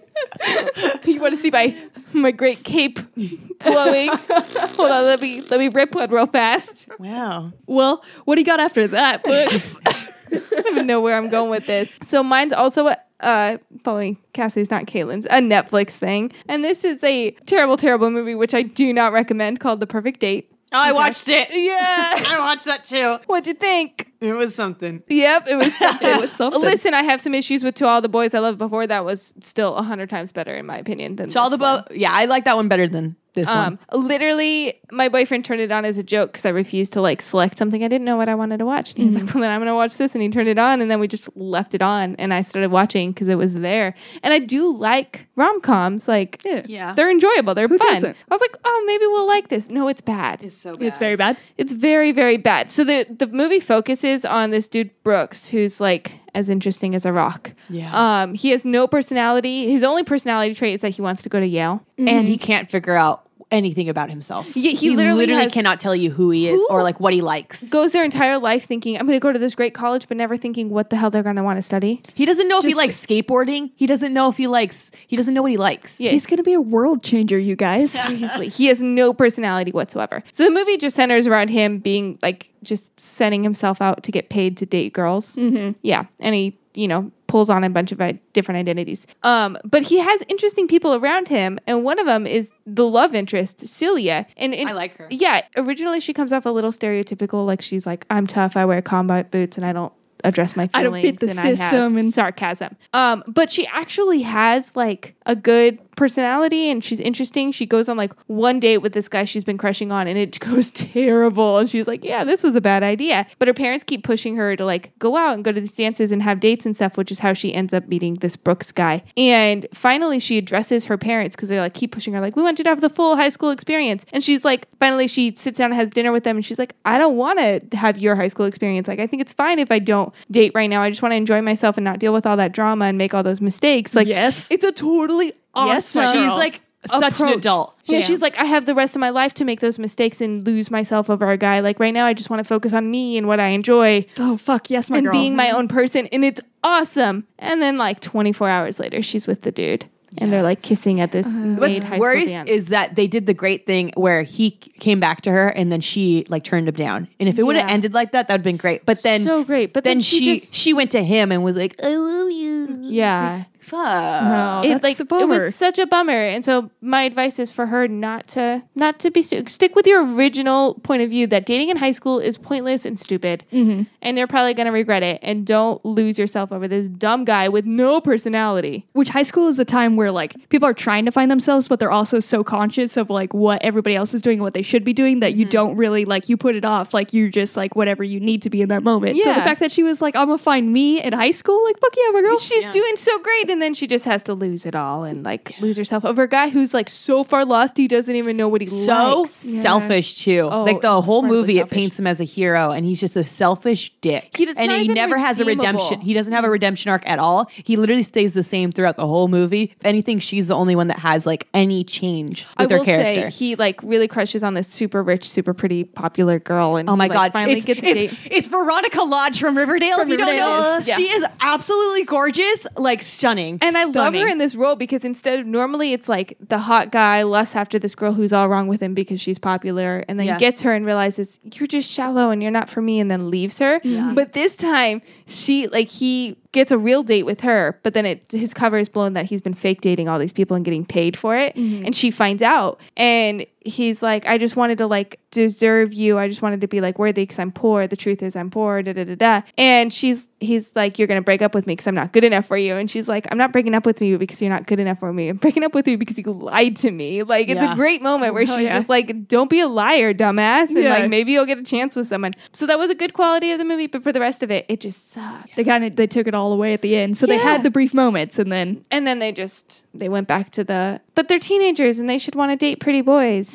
S1: you want to see my my great cape blowing? Hold on, let me let me rip one real fast.
S2: Wow.
S3: Well, what do you got after that, Brooks?
S1: I don't even know where I'm going with this. So mine's also a uh, following Cassie's, not Caitlin's, a Netflix thing, and this is a terrible, terrible movie which I do not recommend called The Perfect Date.
S2: Oh, I watched it.
S1: Yeah,
S2: I watched that too.
S1: what'd you think?
S2: It was something.
S1: Yep, it was. something.
S3: It was something.
S1: Listen, I have some issues with To All the Boys I Loved Before. That was still a hundred times better in my opinion than
S2: To all the
S1: this one.
S2: bo- yeah, I like that one better than this
S1: Um,
S2: one.
S1: literally, my boyfriend turned it on as a joke because I refused to like select something I didn't know what I wanted to watch. And he was
S2: Mm-hmm.
S1: like, "Well, then I'm going to watch this," and he turned it on, and then we just left it on, and I started watching because it was there. And I do like rom coms, like
S3: Yeah.
S2: Yeah.
S1: they're enjoyable, they're fun.
S3: doesn't?
S1: I was like, "Oh, maybe we'll like this." No, it's bad.
S2: It's so
S3: It's very bad.
S1: It's very, very bad. So the the movie focuses on this dude Brooks, who's like as interesting as a rock.
S2: Yeah.
S1: Um, he has no personality. His only personality trait is that he wants to go to Yale.
S2: and he can't figure out anything about himself.
S1: Yeah, Mm-hmm. he literally has-
S2: cannot tell you who he is or
S1: Who-
S2: like what he likes.
S1: Goes their entire life thinking, I'm going to go to this great college, but never thinking what the hell they're going to want to study.
S2: He doesn't know if he
S3: Just-
S2: likes skateboarding. He doesn't know if he likes. He doesn't know what he likes.
S3: He's gonna be a world changer, you guys.
S1: Seriously, he has no personality whatsoever. So the movie just centers around him being like just sending himself out to get paid to date girls. Mm-hmm. Yeah, and he you know pulls on a bunch of i- different identities. Um, but he has interesting people around him, and one of them is the love interest Celia. And, and
S2: I like her.
S1: Yeah, originally she comes off a little stereotypical, like she's like, I'm tough, I wear combat boots, and I don't address my
S3: I
S1: feelings
S3: don't fit the
S1: and I have
S3: system and-
S1: sarcasm. Um, but she actually has like a good personality and she's interesting. She goes on like one date with this guy she's been crushing on and it goes terrible. And she's like, yeah, this was a bad idea. But her parents keep pushing her to like go out and go to these dances and have dates and stuff, which is how she ends up meeting this Brooks guy. And finally, she addresses her parents because they like keep pushing her, like, we want you to have the full high school experience. And she's like, finally, she sits down and has dinner with them and she's like, I don't want to have your high school experience. Like, I think it's fine if I don't date right now. I just want to enjoy myself and not deal with all that drama and make all those mistakes. Like,
S3: Yes.
S1: it's a totally
S3: Yes,
S1: awesome.
S2: she's
S3: girl.
S2: like such an
S1: approach.
S2: adult.
S1: Yeah,
S3: Yeah.
S1: she's like, I have the rest of my life to make those mistakes and lose myself over a guy. Like right now, I just want to focus on me and what I enjoy
S3: oh fuck, yes, my
S1: and
S3: girl.
S1: being
S2: Mm-hmm.
S1: my own person, and it's awesome. And then like 24 hours later, she's with the dude, and they're like kissing at this
S2: Uh-huh. What's
S1: made high school
S2: worse
S1: dance.
S2: is that they did the great thing where he c- came back to her and then she like turned him down. And if it would have
S1: Yeah.
S2: ended like that, that would have been great. But then
S1: So great, but
S2: then,
S1: then she
S2: she she,
S1: just- Mm-hmm.
S2: went to him and was like, "I love you."
S1: yeah,
S2: Fuck.
S3: Oh,
S1: it
S3: that's
S1: like
S3: a
S1: it
S3: bummer.
S1: was such a bummer. And so my advice is for her not to not to be stu- stick with your original point of view that dating in high school is pointless and stupid,
S2: Mm-hmm.
S1: and they're probably gonna regret it. And don't lose yourself over this dumb guy with no personality.
S3: which high school is a time where like people are trying to find themselves but they're also so conscious of like what everybody else is doing and what they should be doing that you
S1: Mm-hmm.
S3: don't really like you put it off like you're just like whatever you need to be in that moment so the
S1: Yeah.
S3: fact that she was like i'm gonna find me in high school like fuck yeah my girl
S1: She's doing so great, and then she just has to lose it all and like lose herself over a guy who's like so far lost he doesn't even know what he
S2: So
S1: likes.
S2: selfish too.
S1: Oh,
S2: like the whole
S1: incredibly
S2: movie,
S1: selfish.
S2: it paints him as a hero, and he's just a selfish dick.
S1: He does
S2: and
S1: not
S2: he
S1: even
S2: never has a
S1: redeemable.
S2: redemption. He doesn't have a redemption arc at all. He literally stays the same throughout the whole movie. If anything, she's the only one that has like any change with
S1: I
S2: her
S1: will
S2: character.
S1: say he like really crushes on this super rich, super pretty, popular girl, and
S2: Oh my
S1: he, like,
S2: god!
S1: finally
S2: it's,
S1: gets a
S2: it's,
S1: date.
S2: it's Veronica Lodge from Riverdale. if you don't know,
S1: Riverdale. Yeah.
S2: she is absolutely gorgeous, like stunning.
S1: And I love
S2: Stunning.
S1: her in this role because instead of normally it's like the hot guy lusts after this girl who's all wrong with him because she's popular and then
S2: Yeah.
S1: gets her and realizes you're just shallow and you're not for me and then leaves her. But this time she like he gets a real date with her, but then it his cover is blown that he's been fake dating all these people and getting paid for it. And she finds out and he's like, I just wanted to like deserve you. I just wanted to be like worthy because I'm poor. The truth is I'm poor. Da da da da. And she's he's like, you're gonna break up with me because I'm not good enough for you. And she's like, I'm not breaking up with you because you're not good enough for me. I'm breaking up with you because you lied to me. Like it's
S2: Yeah.
S1: a great moment where
S3: Hell
S1: she's
S3: yeah.
S1: just like, don't be a liar, dumbass, and
S3: Yeah.
S1: like maybe you'll get a chance with someone. So that was a good quality of the movie, but for the rest of it, it just sucked.
S3: they kind of they took it all away at the end so they
S1: Yeah.
S3: had the brief moments and then
S1: And then they just they went back to the but they're teenagers and they should want to date pretty boys.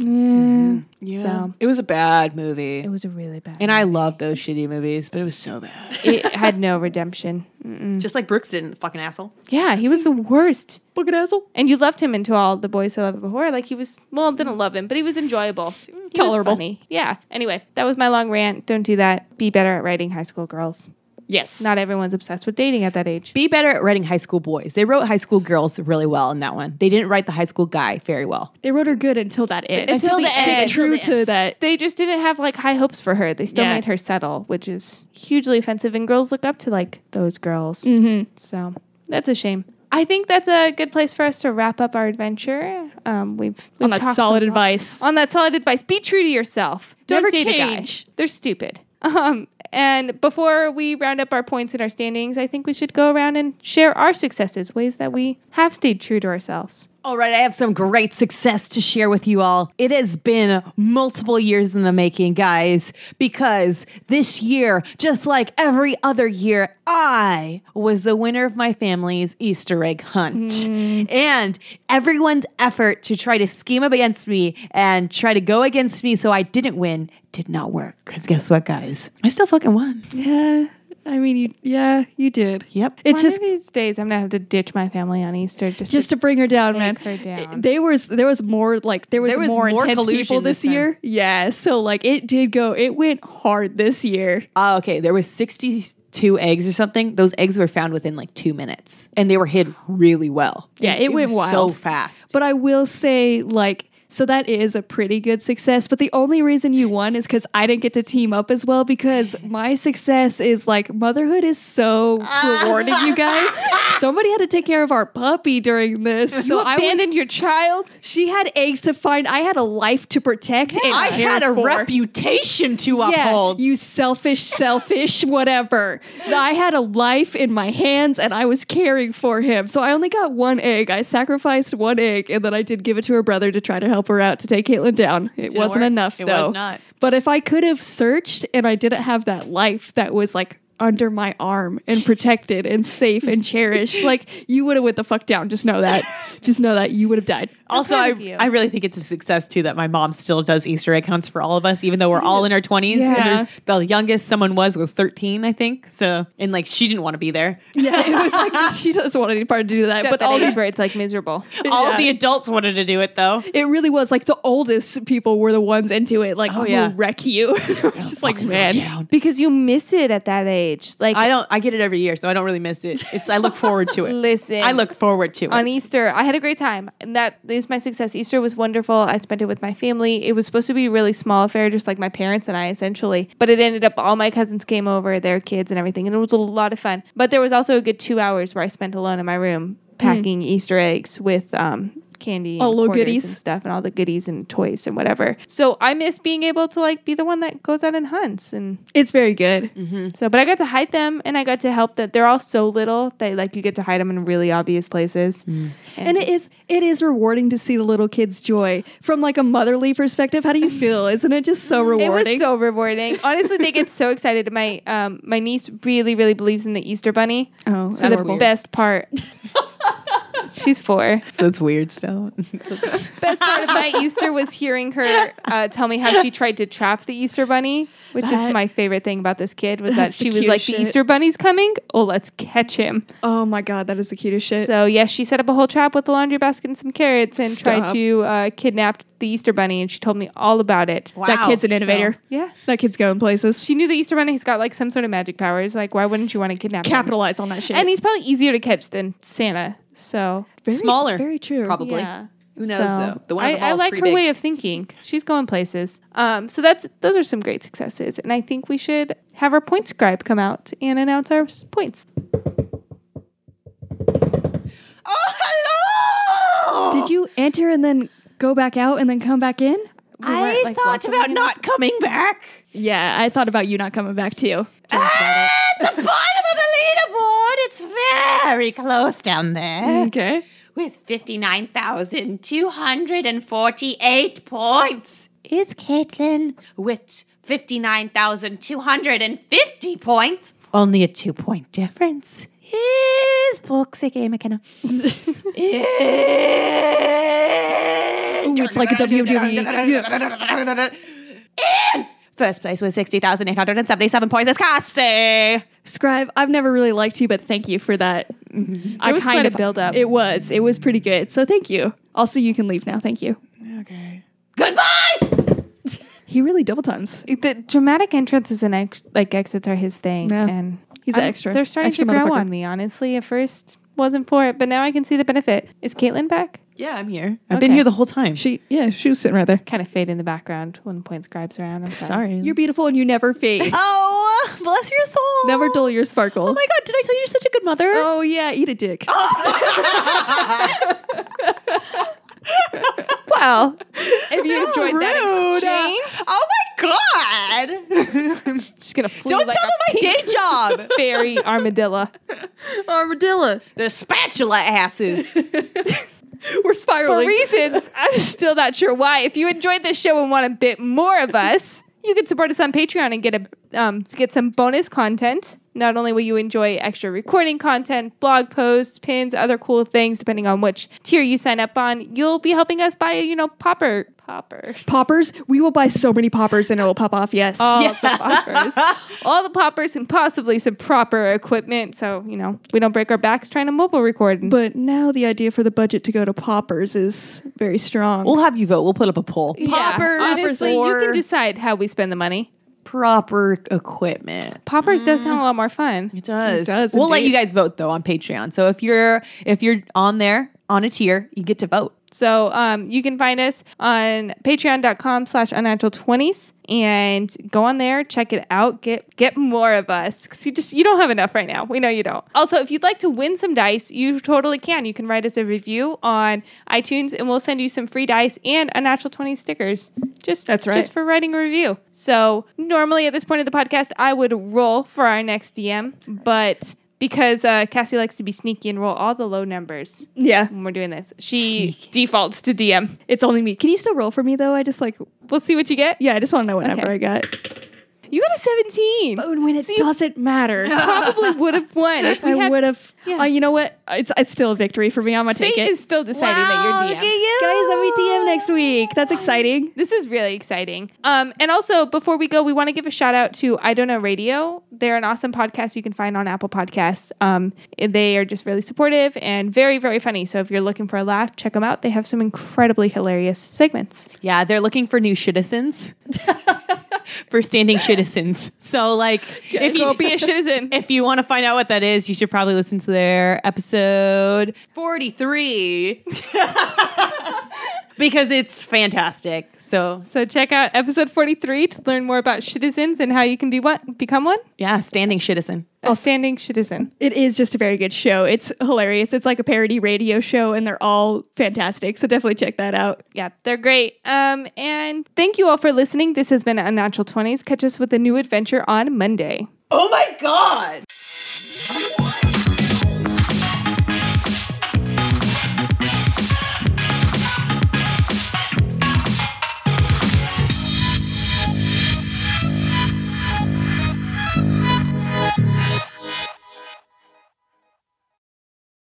S2: Yeah.
S1: So-
S2: it was a bad movie,
S1: Mm. It was a really bad.
S2: and I love those shitty movies, but it was so bad.
S1: it had no redemption.
S2: Just like Brooks didn't, fucking asshole.
S1: Yeah, he was the worst.
S3: fucking asshole
S1: And you loved him into all the boys who loved before. Like he was well, didn't love him, but he was enjoyable, He was
S3: Tolerable.
S1: funny. Yeah. Anyway, that was my long rant. Don't do that. Be better at writing high school girls.
S3: yes
S1: Not everyone's obsessed with dating at that age.
S2: Be better at writing high school boys. They wrote high school girls really well in that one. They didn't write the high school guy very well.
S3: they wrote her good until that end
S2: Until the
S3: They stayed
S2: end.
S3: true
S2: Until the
S3: to that
S1: They just didn't have like high hopes for her. They still
S3: Yeah.
S1: made her settle, which is hugely offensive. And girls look up to like those girls. Mm-hmm. So that's a shame. I think that's a good place for us to wrap up our adventure. Um, we've, we've
S3: on that
S1: talked
S3: solid
S1: a lot.
S3: advice
S1: on that solid advice be true to yourself don't
S3: Never
S1: date
S3: change.
S1: a guy they're stupid um and before we round up our points and our standings i think we should go around and share our successes ways that we have stayed true to ourselves
S2: All right, I have some great success to share with you all. It has been multiple years in the making, guys, because this year, just like every other year, I was the winner of my family's Easter egg hunt. And everyone's effort to try to scheme against me and try to go against me so I didn't win did not work. Because guess what, guys? I still fucking won.
S3: yeah I mean, you, yeah, you did.
S2: Yep.
S3: It's
S1: One
S3: just
S1: of these days I'm gonna have to ditch my family on Easter just,
S3: just to bring her down, man.
S1: take her down.
S3: They was there was more like there was,
S2: There was
S3: more,
S2: more
S3: intense
S2: collusion
S3: people this
S2: this time.
S3: year. Yeah, so like it did go. It went hard this year.
S2: Ah, okay, there was 62 eggs or something. Those eggs were found within like 2 minutes and they were hid really well.
S3: Yeah, it went
S2: was
S3: wild.
S2: so fast.
S3: But I will say, like, so that is a pretty good success. But the only reason you won is because I didn't get to team up as well because my success is like motherhood is so rewarding, you guys. Somebody had to take care of our puppy during this. So
S1: you
S3: I
S1: abandoned
S3: was.
S1: your child.
S3: She had eggs to find. I had a life to protect. and
S2: I
S3: care
S2: had a
S3: for.
S2: reputation to
S3: Yeah,
S2: uphold.
S3: you selfish, selfish, whatever. I had a life in my hands and I was caring for him. So I only got one egg. I sacrificed one egg and then I did give it to her brother to try to help her out to take Caitlin down. It wasn't
S2: work.
S3: enough,
S2: It was
S3: though.
S2: not.
S3: But if I could have searched and I didn't have that life that was like, under my arm and protected and safe and cherished. Like you would have went the fuck down. Just know that. Just know that you would have died.
S2: also,
S1: proud
S2: I,
S1: of you.
S2: I really think it's a success too that my mom still does Easter egg hunts for all of us, even though we're all in our 20s. And
S3: Yeah.
S2: there's, the youngest someone was was 13, I think. So, and like she didn't want to be there.
S3: Yeah, it was like she doesn't want any part to do that.
S1: But
S3: But
S1: that
S3: all
S1: age
S3: these
S1: where it's like miserable.
S2: All
S3: Yeah.
S2: of the adults wanted to do it though.
S3: It really was like the oldest people were the ones into it. Like, oh,
S2: yeah.
S3: we'll wreck you.
S1: Oh,
S3: Just like, man.
S2: Down.
S1: Because you miss it at that age. Like
S2: I don't. I get it every year, so I don't really miss it. It's I look forward to it.
S1: Listen.
S2: I look forward to it.
S1: on Easter, I had a great time, and that is my success. Easter was wonderful. I spent it with my family. It was supposed to be a really small affair, just like my parents and I, essentially. But it ended up all my cousins came over, their kids and everything, and it was a lot of fun. But there was also a good two hours where I spent alone in my room packing Easter eggs with um, candy, and
S3: Mm. All little
S1: quarters
S3: goodies.
S1: and stuff, and all the goodies and toys and whatever. So I miss being able to like be the one that goes out and hunts and
S3: It's very good.
S1: so, but I got to hide them, and I got to help that they're all so little that like you get to hide them in really obvious places.
S3: Mm. And it is it is rewarding to see the little kids' joy from like a motherly perspective. How do you feel? Isn't it just so rewarding?
S1: It was so rewarding. Honestly, they get so excited. My um, my niece really, really believes in the Easter Bunny.
S3: Oh,
S1: so
S3: that's
S1: the
S3: weird.
S1: best part. She's four.
S2: That's weird still.
S1: Best part of my Easter was hearing her uh, tell me how she tried to trap the Easter Bunny, which is
S3: That-
S1: my favorite thing about this kid was that
S3: That's the
S1: she was
S3: cutest
S1: like,
S3: shit.
S1: "The Easter Bunny's coming! Oh, let's catch him!"
S3: oh my god, that is the cutest shit.
S1: So yes, she set up a whole trap with a laundry basket and some carrots and tried
S3: Stop.
S1: to uh, kidnap the Easter Bunny, and she told me all about it.
S3: That
S2: Wow.
S3: kid's an innovator.
S1: Yeah.
S3: That kid's going places.
S1: She knew the Easter Bunny's got like some sort of magic powers. Like, why wouldn't you want to kidnap him?
S3: capitalize on that shit.
S1: And he's probably easier to catch than Santa. So
S3: Very-
S2: Smaller,
S3: Very true.
S2: probably.
S1: yeah.
S2: Who knows, though? The one on
S1: I,
S2: the
S1: I
S2: wall's
S1: like her
S2: pretty big.
S1: way of thinking. She's going places. Um, so that's those are some great successes, and I think we should have our point scribe come out and announce our s- points.
S2: Oh, hello!
S3: Did you enter and then go back out and then come back in?
S1: We weren't, like, welcoming him.
S2: coming back.
S3: Yeah, I thought about you not coming back too.
S1: Ah!
S2: At the bottom of the leaderboard, it's very close down there
S3: Okay.
S2: with 59,248 points. Is Caitlin with 59,250 points? Only a two point difference. Is Books a game McKenna?
S3: Ooh, it's like a E. WWE.
S2: In first place with 60,877 points is Cassie.
S3: Scribe, I've never really liked you, but thank you for that. I
S1: It was
S3: kind
S1: quite a
S3: of
S1: build-up.
S3: It was. It was pretty good. So thank you. Also, you can leave now. Thank you.
S2: Okay. Goodbye!
S3: He really double times.
S1: The dramatic entrances and ex- like exits are his thing,
S3: Yeah.
S1: and
S3: He's an extra-
S1: They're starting
S3: extra
S1: to grow
S3: motherfucker.
S1: on me. Honestly, at first wasn't for it, but now I can see the benefit. Is Caitlin back?
S2: Yeah, I'm here. I've
S1: Okay.
S2: been here the whole time.
S3: She, yeah, she was sitting right there.
S1: Kind of fade in the background when point scribes around. I'm sorry.
S2: Sorry.
S3: You're beautiful and you never fade.
S2: oh, bless your soul.
S3: never dull your sparkle.
S2: Oh my God, did I tell you you're such a good mother?
S3: Oh, yeah, eat a dick.
S1: Well, if you enjoyed that
S2: rude.
S1: exchange,
S2: Oh my God.
S1: she's gonna flee
S2: Don't
S1: like
S2: tell
S1: a
S2: them my
S1: pink
S2: day job.
S1: fairy armadillo.
S3: Armadillo.
S2: the spatula asses.
S1: For
S3: We're spiraling.
S1: reasons I'm still not sure why. If you enjoyed this show and want a bit more of us, you can support us on Patreon and get a um, get some bonus content. Not only will you enjoy extra recording content, blog posts, pins, other cool things, depending on which tier you sign up on, you'll be helping us buy, you know, popper. Popper.
S3: Poppers, we will buy so many poppers and it will pop off. Yes.
S1: All the poppers. All the poppers and possibly some proper equipment. So, you know, we don't break our backs trying to mobile record. and
S3: but now the idea for the budget to go to poppers is very strong.
S2: We'll have you vote. We'll put up a poll. Poppers
S1: Honestly, you
S2: or
S1: can decide how we spend the money.
S2: proper equipment.
S1: Poppers does sound a lot more fun.
S2: It does.
S3: does
S2: We'll let
S3: indeed.
S2: you guys vote though on Patreon. So if you're if you're on there on a tier, you get to vote.
S1: So um, you can find us on patreon.com slash unnatural20s and go on there, check it out, get get more of us. Because you just you don't have enough right now. We know you don't. Also, if you'd like to win some dice, you totally can. You can write us a review on iTunes and we'll send you some free dice and unnatural 20 stickers. Just
S3: That's right.
S1: just for writing a review. So normally at this point of the podcast, I would roll for our next DM, but because uh, Cassie likes to be sneaky and roll all the low numbers
S3: yeah.
S1: when we're doing this. She defaults to DM.
S3: It's only me. Can you still roll for me though? I just like,
S1: We'll see what you get.
S3: yeah, I just want to know what number
S1: Okay.
S3: I got.
S1: You got a 17.
S3: But Oh, when it doesn't matter.
S1: Probably would have won. If we
S3: I
S1: had,
S3: would have.
S1: Yeah.
S3: Uh, you know what? It's it's still a victory for me. I'm gonna
S1: fate
S3: take it.
S1: is still deciding that you're DM.
S3: Guys, I'm a DM next week. That's exciting.
S1: This is really exciting. Um, and also, before we go, we want to give a shout out to I Don't Know Radio. They're an awesome podcast you can find on Apple Podcasts. Um, they are just really supportive and very, very funny. So if you're looking for a laugh, check them out. They have some incredibly hilarious segments.
S2: Yeah, they're looking for new citizens. for standing citizens. So like if
S1: Go
S2: you
S1: be a citizen.
S2: if you want to find out what that is, you should probably listen to their episode 43 because it's fantastic. So,
S1: So check out episode 43 to learn more about citizens and how you can be what become one.
S2: yeah, standing citizen.
S1: A standing citizen.
S3: It is just a very good show. It's hilarious. It's like a parody radio show, and they're all fantastic. So definitely check that out.
S1: Yeah, they're great. Um, and thank you all for listening. This has been Unnatural 20s. Catch us with a new adventure on Monday.
S2: Oh my god.